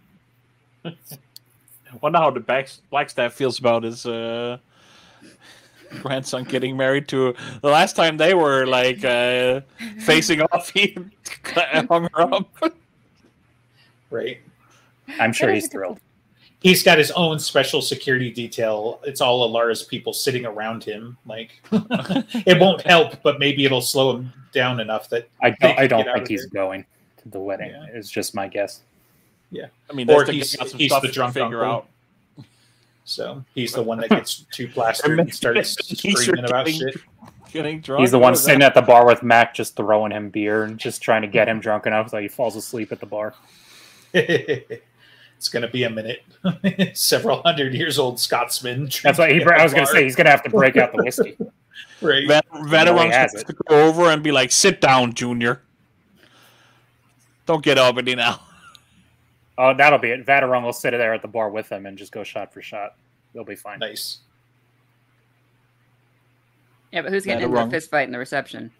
[SPEAKER 4] Wonder how the back, Blackstaff feels about his uh, grandson getting married to. The last time they were like uh, facing off, he hung her up.
[SPEAKER 1] right
[SPEAKER 2] I'm sure
[SPEAKER 3] That
[SPEAKER 2] he's
[SPEAKER 3] is a good
[SPEAKER 2] thrilled.
[SPEAKER 1] he's got his own special security detail it's all of lara's people sitting around him like it won't help but maybe it'll slow him down enough that
[SPEAKER 2] I
[SPEAKER 1] They
[SPEAKER 2] don't,
[SPEAKER 1] can
[SPEAKER 2] I
[SPEAKER 1] get
[SPEAKER 2] don't
[SPEAKER 1] out
[SPEAKER 2] think
[SPEAKER 1] of
[SPEAKER 2] he's going to the wedding.
[SPEAKER 1] Yeah.
[SPEAKER 2] It's just my guess.
[SPEAKER 4] I mean,
[SPEAKER 1] Or
[SPEAKER 4] that's the
[SPEAKER 1] he's-
[SPEAKER 4] got some
[SPEAKER 1] he's
[SPEAKER 4] stuff
[SPEAKER 1] the
[SPEAKER 4] to
[SPEAKER 1] drunk
[SPEAKER 4] figure
[SPEAKER 1] uncle.
[SPEAKER 4] out.
[SPEAKER 1] so he's the one that gets too plastered and starts
[SPEAKER 4] He's
[SPEAKER 1] screaming about
[SPEAKER 4] getting-
[SPEAKER 1] shit
[SPEAKER 4] Getting drunk.
[SPEAKER 2] He's the one
[SPEAKER 4] What is
[SPEAKER 2] sitting
[SPEAKER 4] that?
[SPEAKER 2] at the bar with Mac, just throwing him beer and just trying to get him drunk enough so he falls asleep at the bar.
[SPEAKER 1] it's going to be a minute. Several hundred years old Scotsman.
[SPEAKER 2] That's why he.
[SPEAKER 1] drinking at
[SPEAKER 2] I was going
[SPEAKER 1] the
[SPEAKER 2] to say he's going to have to break out the whiskey.
[SPEAKER 1] bar. Right.
[SPEAKER 4] Ven-
[SPEAKER 2] Nobody
[SPEAKER 4] Veteran
[SPEAKER 2] has
[SPEAKER 4] wants to go over and be like, "Sit down, Junior. Don't get up any now."
[SPEAKER 2] Oh, that'll be it. Vateron will sit there at the bar with them and just go shot for shot. They'll be fine.
[SPEAKER 1] Nice.
[SPEAKER 3] Yeah, but who's getting
[SPEAKER 4] Better
[SPEAKER 3] into a
[SPEAKER 4] wrong.
[SPEAKER 3] fist fight in the reception?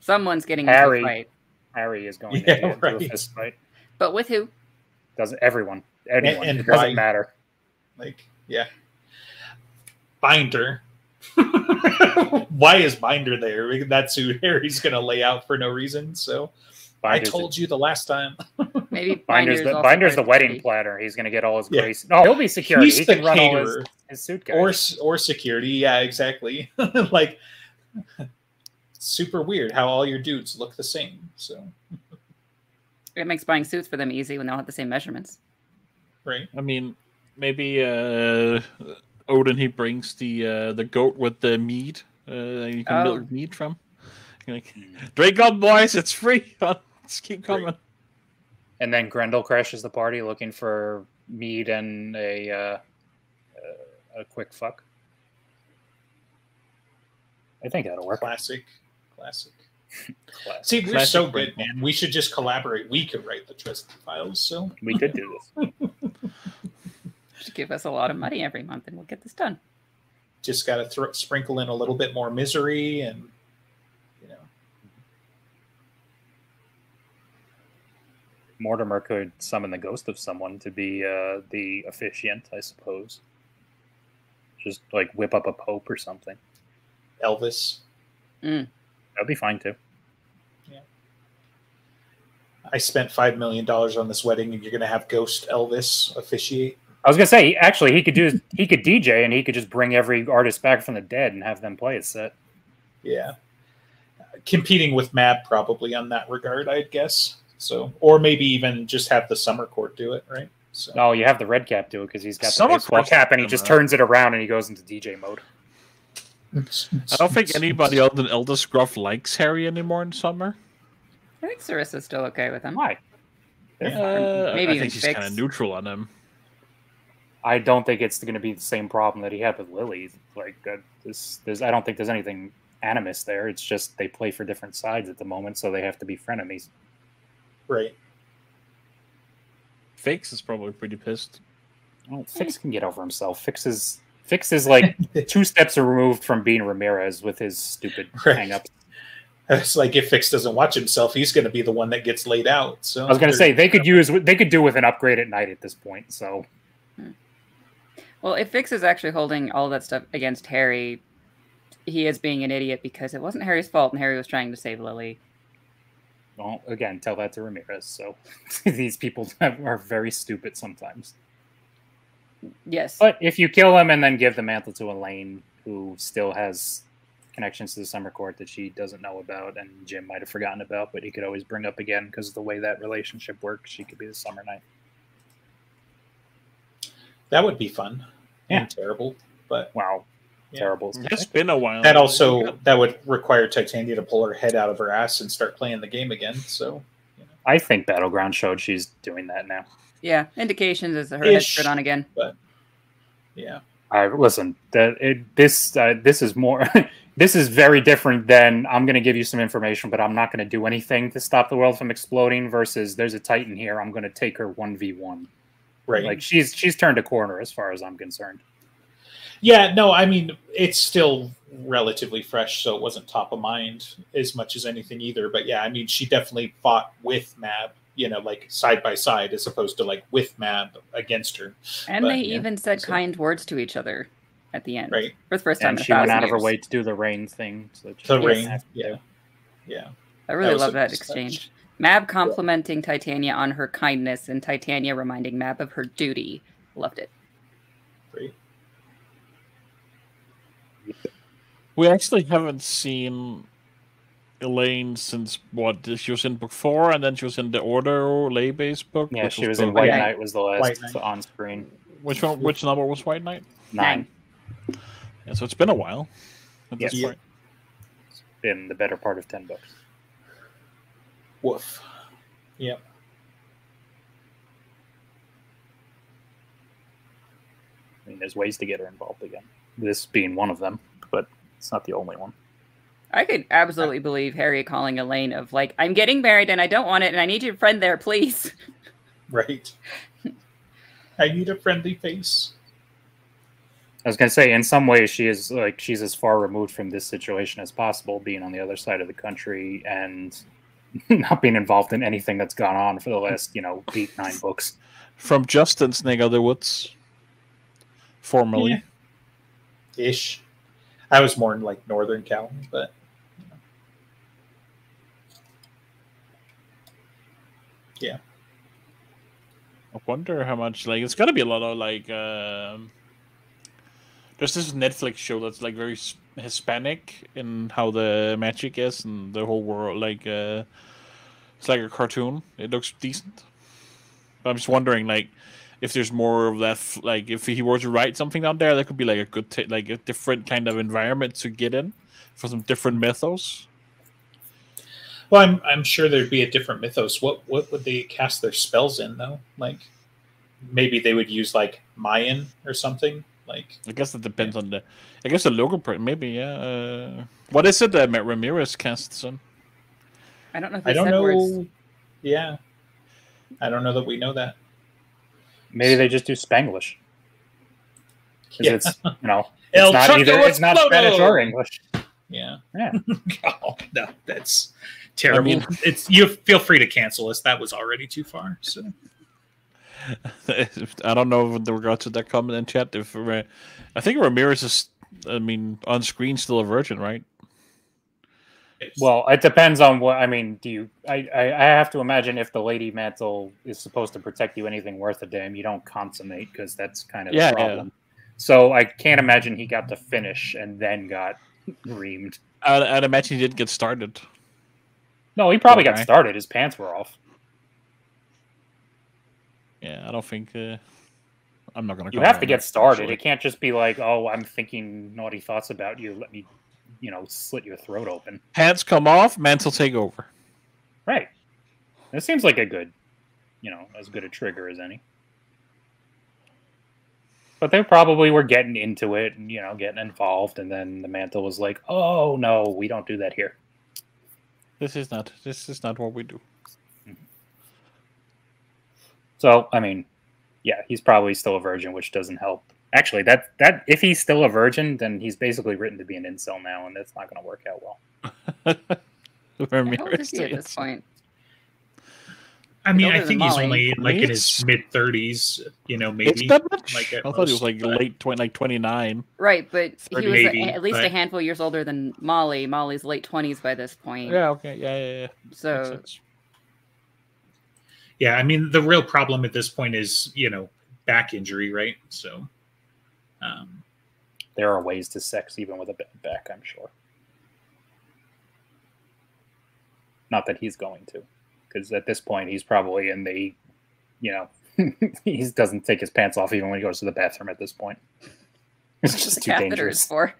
[SPEAKER 3] Someone's getting
[SPEAKER 2] Harry.
[SPEAKER 3] into a fight.
[SPEAKER 2] Harry is going
[SPEAKER 1] Yeah,
[SPEAKER 2] to get into a
[SPEAKER 1] right.
[SPEAKER 2] fist fight.
[SPEAKER 3] But with who?
[SPEAKER 2] Doesn't everyone? Anyone?
[SPEAKER 1] and
[SPEAKER 2] it doesn't
[SPEAKER 1] why-
[SPEAKER 2] matter.
[SPEAKER 1] Like, yeah. Binder. Why is Binder there? That's who Harry's going to lay out for no reason. So
[SPEAKER 2] Binder's
[SPEAKER 1] I told you the last time.
[SPEAKER 3] Maybe
[SPEAKER 2] the, Binder's,
[SPEAKER 3] Binder's,
[SPEAKER 2] the,
[SPEAKER 3] also
[SPEAKER 2] Binder's the
[SPEAKER 3] part of
[SPEAKER 2] wedding
[SPEAKER 3] Cody.
[SPEAKER 2] platter. He's going to get all his
[SPEAKER 1] Yeah.
[SPEAKER 2] grace. No, he'll be security.
[SPEAKER 1] He's
[SPEAKER 2] he
[SPEAKER 1] the
[SPEAKER 2] can run all his,
[SPEAKER 1] caterer.
[SPEAKER 2] his suitcase.
[SPEAKER 1] Or s- or security. Yeah, exactly. like, super weird how all your dudes look the same. So,
[SPEAKER 3] It makes buying suits for them easy when they all have the same measurements.
[SPEAKER 1] right.
[SPEAKER 4] I mean, maybe uh, Odin he brings the uh, the goat with the meat. Uh, you can
[SPEAKER 3] Oh.
[SPEAKER 4] build meat from. You're like, drink up, boys! It's free. Just keep
[SPEAKER 1] Great.
[SPEAKER 4] coming.
[SPEAKER 2] and then Grendel crashes the party looking for mead and a uh, uh, a quick fuck. I think that'll work.
[SPEAKER 1] Classic. Classic.
[SPEAKER 2] Class.
[SPEAKER 1] See, we're
[SPEAKER 4] Classic
[SPEAKER 1] so
[SPEAKER 4] Brit.
[SPEAKER 1] good, man. We should just collaborate. We could write the trust files. So,
[SPEAKER 2] We could do this.
[SPEAKER 3] Just give us a lot of money every month and we'll get this done.
[SPEAKER 1] just got to throw sprinkle in a little bit more misery and, you know.
[SPEAKER 2] Mortimer could summon the ghost of someone to be uh, the officiant, I suppose. Just like whip up a pope or something.
[SPEAKER 1] Elvis.
[SPEAKER 2] That'd be fine too.
[SPEAKER 1] I spent five million dollars on this wedding, and you're gonna have Ghost Elvis officiate.
[SPEAKER 2] I was gonna say, actually, he could do he could DJ and he could just bring every artist back from the dead and have them play a set.
[SPEAKER 1] Yeah, competing with Mad probably on that regard, I'd guess. So, or maybe even just have the summer court do it, right? So,
[SPEAKER 2] Oh, you have the red cap do it because he's got the
[SPEAKER 4] Someone
[SPEAKER 2] baseball
[SPEAKER 4] crossed
[SPEAKER 2] cap and he
[SPEAKER 4] them
[SPEAKER 2] just
[SPEAKER 4] out.
[SPEAKER 2] turns it around and he goes into DJ mode.
[SPEAKER 4] I don't think anybody other than Elder Scruff likes Harry anymore in summer.
[SPEAKER 3] I think Sarissa's still okay with him.
[SPEAKER 2] Why? They're
[SPEAKER 4] Uh,
[SPEAKER 3] Maybe
[SPEAKER 4] I
[SPEAKER 3] even
[SPEAKER 4] think she's kind
[SPEAKER 3] fix-
[SPEAKER 4] of neutral on him.
[SPEAKER 2] I don't think it's going to be the same problem that he had with Lily. Like uh, this, there's, I don't think there's anything animus there. It's just they play for different sides at the moment, so they have to be frenemies.
[SPEAKER 1] right?
[SPEAKER 4] Fakes is probably pretty pissed.
[SPEAKER 2] Well, Fix can get over himself. Fix is Fix is like two steps removed from being Ramirez with his stupid
[SPEAKER 1] Right.
[SPEAKER 2] hang up.
[SPEAKER 1] It's like if Fix doesn't watch himself, he's gonna be the one that gets laid out. So,
[SPEAKER 2] I was going to say they could use they could do with an upgrade at night at this point. So
[SPEAKER 3] Well, if Fix is actually holding all that stuff against Harry, he is being an idiot because it wasn't Harry's fault and Harry was trying to save Lily.
[SPEAKER 2] well, again, tell that to Ramirez. So these people are very stupid sometimes.
[SPEAKER 3] Yes.
[SPEAKER 2] But if you kill him and then give the mantle to Elaine, who still has connections to the summer court that she doesn't know about and Jim might have forgotten about, but he could always bring up again because of the way that relationship works, she could be the summer knight.
[SPEAKER 1] that would be fun.
[SPEAKER 2] Yeah.
[SPEAKER 1] And terrible, but
[SPEAKER 2] Wow.
[SPEAKER 1] Yeah.
[SPEAKER 2] Terrible.
[SPEAKER 4] It's been a while.
[SPEAKER 2] Um,
[SPEAKER 1] that also that would require Titania to pull her head out of her ass and start playing the game again. So,
[SPEAKER 2] I think Battleground showed she's doing that now.
[SPEAKER 3] yeah. Indications is that her head's
[SPEAKER 1] Ish.
[SPEAKER 3] put on again.
[SPEAKER 1] yeah,
[SPEAKER 2] I listen. That it, this uh, this is more. this is very different than I'm going to give you some information, but I'm not going to do anything to stop the world from exploding. Versus there's a Titan here. I'm going to take her one v one.
[SPEAKER 1] right.
[SPEAKER 2] Like she's she's turned a corner as far as I'm concerned.
[SPEAKER 1] Yeah, no, I mean it's still relatively fresh, so it wasn't top of mind as much as anything either. But yeah, I mean she definitely fought with Mab, you know, like side by side as opposed to like with Mab against her,
[SPEAKER 3] And
[SPEAKER 1] But,
[SPEAKER 3] they
[SPEAKER 1] yeah,
[SPEAKER 3] even said
[SPEAKER 1] so-
[SPEAKER 3] kind words to each other at the end.
[SPEAKER 1] right?
[SPEAKER 3] For the first time
[SPEAKER 2] And
[SPEAKER 3] in a
[SPEAKER 2] she went
[SPEAKER 3] thousand
[SPEAKER 2] out of her
[SPEAKER 3] years.
[SPEAKER 2] way to do the rain thing. So that she
[SPEAKER 1] The
[SPEAKER 2] doesn't
[SPEAKER 1] rain,
[SPEAKER 2] have to
[SPEAKER 1] yeah,
[SPEAKER 2] do.
[SPEAKER 1] yeah.
[SPEAKER 3] I really
[SPEAKER 1] was
[SPEAKER 3] love
[SPEAKER 1] a
[SPEAKER 3] that
[SPEAKER 1] nice touch.
[SPEAKER 3] exchange. Mab complimenting Titania on her kindness and Titania reminding Mab of her duty. Loved it.
[SPEAKER 1] Right.
[SPEAKER 4] We actually haven't seen Elaine since what? She was in book four, and then she was in the Order Lay Base book.
[SPEAKER 2] Yeah,
[SPEAKER 4] which
[SPEAKER 2] she was
[SPEAKER 4] the-
[SPEAKER 2] in White
[SPEAKER 3] White
[SPEAKER 2] Knight was the
[SPEAKER 1] White
[SPEAKER 2] last
[SPEAKER 1] Knight.
[SPEAKER 2] on screen
[SPEAKER 4] Which one? Which number was White Knight?
[SPEAKER 2] nine.
[SPEAKER 3] Nine.
[SPEAKER 4] Yeah, so it's been a while. At this
[SPEAKER 1] Yeah.
[SPEAKER 4] point.
[SPEAKER 2] in the better part of ten books.
[SPEAKER 1] Woof. Yep.
[SPEAKER 2] I mean, there's ways to get her involved again. This being one of them, but it's not the only one.
[SPEAKER 3] I could absolutely believe Harry calling Elaine of like, I'm getting married and I don't want it and I need your friend there, please.
[SPEAKER 1] Right. I need a friendly face.
[SPEAKER 2] I was gonna say, in some ways, she is like she's as far removed from this situation as possible, being on the other side of the country and not being involved in anything that's gone on for the last, you know, eight nine books.
[SPEAKER 4] From Justin Snake Otherwoods, formerly.
[SPEAKER 1] Yeah. Ish. I was more in like Northern Cal, but
[SPEAKER 4] I wonder how much like it's gotta be a lot of like um there's this Netflix show that's like very s- Hispanic in how the magic is and the whole world like uh it's like a cartoon. It looks decent. But I'm just wondering like if there's more of that f- like if he were to write something down there that could be like a good t- like a different kind of environment to get in for some different mythos.
[SPEAKER 1] well, I'm I'm sure there'd be a different mythos. What what would they cast their spells in though? Like maybe they would use like Mayan or something. Like
[SPEAKER 4] I guess it depends on the. I guess the local print, maybe. Yeah. Uh, what is it that Matt Ramirez casts on?
[SPEAKER 3] I don't know if they
[SPEAKER 1] I don't
[SPEAKER 3] said
[SPEAKER 1] know.
[SPEAKER 3] words.
[SPEAKER 1] Yeah, I don't know that we know that.
[SPEAKER 2] Maybe they just do Spanglish. 'Cause
[SPEAKER 1] Yeah.
[SPEAKER 2] It's you know, it's
[SPEAKER 1] El
[SPEAKER 2] not
[SPEAKER 1] Chaco
[SPEAKER 2] either. It's not
[SPEAKER 1] Explodo!
[SPEAKER 2] Spanish or English.
[SPEAKER 1] Yeah.
[SPEAKER 2] Yeah.
[SPEAKER 1] oh no, that's terrible.
[SPEAKER 4] mean-
[SPEAKER 1] it's you feel free to cancel us. That was already too far. So
[SPEAKER 4] I don't know with regard to that comment in chat. If Ra- I think Ramirez is, I mean, on screen still a virgin, right?
[SPEAKER 2] Well, it depends on what I mean. Do you? I, I I have to imagine if the lady mantle is supposed to protect you anything worth a damn, you don't consummate because that's kind of
[SPEAKER 4] Yeah, yeah.
[SPEAKER 2] the problem. So I can't imagine he got the finish and then got reamed.
[SPEAKER 4] I'd, I'd imagine he did get started.
[SPEAKER 2] No, he probably got
[SPEAKER 4] Okay.
[SPEAKER 2] started. His pants were off.
[SPEAKER 4] Yeah, I don't think. Uh, I'm not gonna.
[SPEAKER 2] You
[SPEAKER 4] comment
[SPEAKER 2] have to
[SPEAKER 4] on
[SPEAKER 2] get
[SPEAKER 4] that,
[SPEAKER 2] started.
[SPEAKER 4] actually.
[SPEAKER 2] It can't just be like, oh, I'm thinking naughty thoughts about you. Let me, you know, slit your throat open.
[SPEAKER 4] Pants come off, mantle take over.
[SPEAKER 2] Right. That seems like a good, you know, as good a trigger as any. But they probably were getting into it and, you know, getting involved. And then the mantle was like, oh, no, we don't do that here.
[SPEAKER 4] This is not. This is not what we do.
[SPEAKER 2] So, I mean, yeah, he's probably still a virgin, which doesn't help. Actually, that, that, if he's still a virgin, then he's basically written to be an incel now, and that's not going to work out well.
[SPEAKER 3] How old is
[SPEAKER 4] Ramirez.
[SPEAKER 3] he at this
[SPEAKER 4] states.
[SPEAKER 3] point?
[SPEAKER 1] I mean,
[SPEAKER 3] older
[SPEAKER 1] I
[SPEAKER 3] than
[SPEAKER 1] think he's
[SPEAKER 3] Molly.
[SPEAKER 1] only like in his
[SPEAKER 4] It's-
[SPEAKER 1] mid thirties. You know,
[SPEAKER 4] It's
[SPEAKER 1] maybe.
[SPEAKER 4] that much.
[SPEAKER 1] like,
[SPEAKER 4] I
[SPEAKER 1] at
[SPEAKER 4] thought he was
[SPEAKER 1] most,
[SPEAKER 4] like
[SPEAKER 1] but-
[SPEAKER 4] late twenty, like twenty nine.
[SPEAKER 3] Right, but he was
[SPEAKER 1] Maybe,
[SPEAKER 3] a, at least a
[SPEAKER 1] right.
[SPEAKER 3] handful years older than Molly. Molly's late twenties by this point.
[SPEAKER 4] Yeah. Okay. Yeah. Yeah. yeah. Makes
[SPEAKER 3] So
[SPEAKER 4] sense.
[SPEAKER 1] yeah, I mean, the real problem at this point is you know back injury, right? So, um,
[SPEAKER 2] There are ways to sex even with a bent back, I'm sure. Not that he's going to, because at this point he's probably in the, you know, he doesn't take his pants off even when he goes to the bathroom at this point. It's
[SPEAKER 3] that's
[SPEAKER 2] just
[SPEAKER 3] what
[SPEAKER 2] too
[SPEAKER 3] the catheter
[SPEAKER 2] dangerous.
[SPEAKER 3] is for.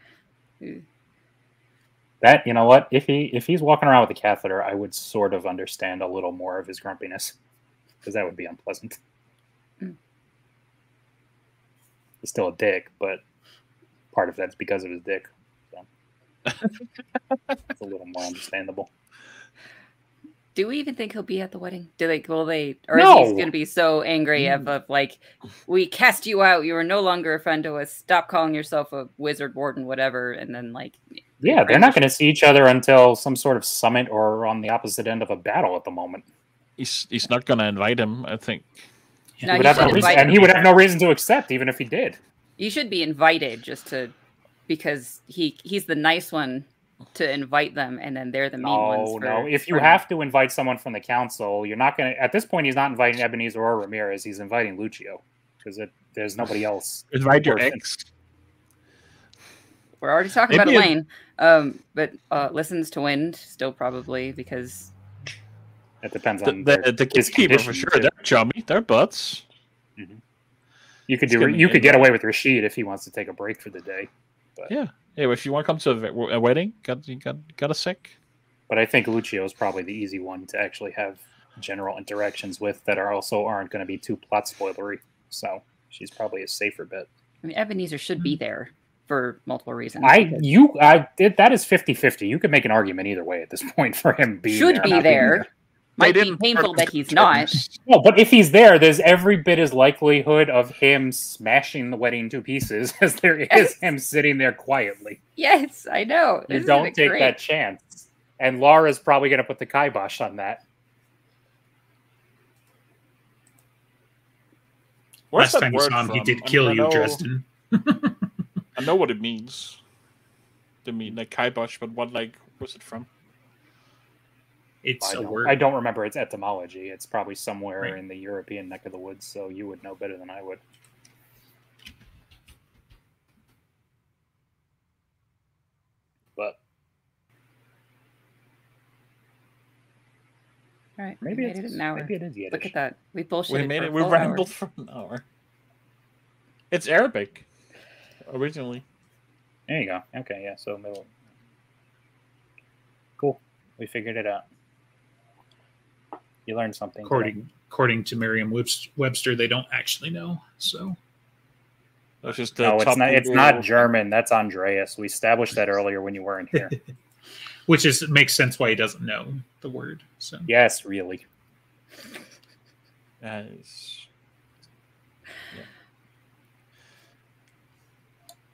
[SPEAKER 2] That you know what? If he if he's walking around with a catheter, I would sort of understand a little more of his grumpiness, because that would be unpleasant.
[SPEAKER 3] Mm.
[SPEAKER 2] He's still a dick, but part of that's because of his dick. So. it's a little more understandable.
[SPEAKER 3] Do we even think he'll be at the wedding? Do they? Will they? Or
[SPEAKER 2] No.
[SPEAKER 3] is he going to be so angry of, of like, we cast you out. You are no longer a friend to us. Stop calling yourself a wizard, warden, whatever. And then like,
[SPEAKER 2] Yeah, they're not going to see each other until some sort of summit or on the opposite end of a battle at the moment.
[SPEAKER 4] He's he's not gonna invite him. I think.
[SPEAKER 3] No,
[SPEAKER 2] He would
[SPEAKER 3] you
[SPEAKER 2] have no
[SPEAKER 3] should
[SPEAKER 2] reason,
[SPEAKER 3] invite
[SPEAKER 2] and he would have no reason to accept, even if he did.
[SPEAKER 3] you should be invited just to because he he's the nice one to invite them, and then they're the mean ones.
[SPEAKER 2] No,
[SPEAKER 3] for-
[SPEAKER 2] no. If you
[SPEAKER 3] for-
[SPEAKER 2] have to invite someone from the council, you're not going to. At this point, he's not inviting Ebenezer or Ramirez. He's inviting Lucio because there's nobody else.
[SPEAKER 4] Invite your
[SPEAKER 2] Perfect.
[SPEAKER 4] ex.
[SPEAKER 3] we're already talking
[SPEAKER 4] Maybe
[SPEAKER 3] about
[SPEAKER 4] it-
[SPEAKER 3] Elaine, um, but uh, listens to wind still probably because
[SPEAKER 2] It depends
[SPEAKER 4] The
[SPEAKER 2] on.
[SPEAKER 4] the,
[SPEAKER 2] their-
[SPEAKER 4] the
[SPEAKER 2] his
[SPEAKER 4] gatekeeper for
[SPEAKER 2] condition,
[SPEAKER 4] sure.
[SPEAKER 2] too.
[SPEAKER 4] They're chummy. They're butts.
[SPEAKER 2] you could
[SPEAKER 4] it's
[SPEAKER 2] do.
[SPEAKER 4] gonna
[SPEAKER 2] You
[SPEAKER 4] be
[SPEAKER 2] could get
[SPEAKER 4] invite-
[SPEAKER 2] away with Rashid if he wants to take a break for the day.
[SPEAKER 4] Hey, if you want to come to a, ve- a wedding, got you got got a sec.
[SPEAKER 2] But I think Lucio is probably the easy one to actually have general interactions with that are also aren't going to be too plot spoilery. So she's probably a safer bet.
[SPEAKER 3] I mean Ebenezer should be there for multiple reasons.
[SPEAKER 2] I
[SPEAKER 3] because-
[SPEAKER 2] you I it, that is 50-50. You could make an argument either way at this point for him being
[SPEAKER 3] Should
[SPEAKER 2] there or
[SPEAKER 3] be
[SPEAKER 2] not being
[SPEAKER 3] there. Might be painful that he's not.
[SPEAKER 2] No, but if he's there, there's every bit as likelihood of him smashing the wedding to pieces as there is
[SPEAKER 3] Yes.
[SPEAKER 2] him sitting there quietly.
[SPEAKER 3] Yes, I know.
[SPEAKER 2] You
[SPEAKER 3] Isn't
[SPEAKER 2] don't
[SPEAKER 3] it
[SPEAKER 2] take
[SPEAKER 3] great?
[SPEAKER 2] that chance. And Laura's probably going to put the kibosh on that.
[SPEAKER 1] Last
[SPEAKER 4] Where's that
[SPEAKER 1] time we
[SPEAKER 4] word
[SPEAKER 1] saw him, he
[SPEAKER 4] from?
[SPEAKER 1] did
[SPEAKER 4] I mean,
[SPEAKER 1] kill
[SPEAKER 4] I
[SPEAKER 1] you,
[SPEAKER 4] know-
[SPEAKER 1] Dresden.
[SPEAKER 4] I know what it means. The mean like kibosh, but what like was it from?
[SPEAKER 1] It's
[SPEAKER 2] I
[SPEAKER 1] a
[SPEAKER 2] don't,
[SPEAKER 1] word.
[SPEAKER 2] I don't remember its etymology. It's probably somewhere
[SPEAKER 1] Right.
[SPEAKER 2] in the European neck of the woods, so you would know better than I would. But
[SPEAKER 3] All right,
[SPEAKER 2] maybe
[SPEAKER 3] maybe we made
[SPEAKER 2] it's
[SPEAKER 3] it an hour.
[SPEAKER 2] Maybe it is Yiddish.
[SPEAKER 3] Look at that. We bullshit.
[SPEAKER 4] we made
[SPEAKER 3] for
[SPEAKER 4] it.
[SPEAKER 3] a
[SPEAKER 4] We
[SPEAKER 3] full
[SPEAKER 4] rambled
[SPEAKER 3] hour.
[SPEAKER 4] for an hour. It's Arabic, originally.
[SPEAKER 2] There you go. Okay, yeah. So middle. Cool. We figured it out. You learned something. today.
[SPEAKER 1] According, according to Merriam Webster, they don't actually know. So
[SPEAKER 4] That's just the
[SPEAKER 2] No, it's
[SPEAKER 4] top
[SPEAKER 2] not. It's
[SPEAKER 4] Google-
[SPEAKER 2] not German. That's Andreas. We established that earlier when you weren't here.
[SPEAKER 1] which is makes sense why he doesn't know the word. So
[SPEAKER 2] yes, really.
[SPEAKER 4] Yeah, it's- yeah.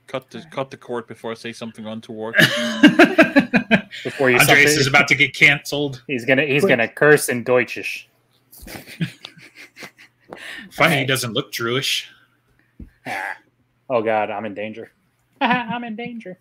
[SPEAKER 4] Cut the cut the cord before I say something untoward.
[SPEAKER 2] Before you,
[SPEAKER 1] Andreas is about to get canceled.
[SPEAKER 2] he's gonna he's
[SPEAKER 1] Quick.
[SPEAKER 2] gonna curse in Deutschish.
[SPEAKER 1] Funny, he
[SPEAKER 3] Right.
[SPEAKER 1] doesn't look Jewish.
[SPEAKER 2] Ah. Oh God, I'm in danger. I'm in danger.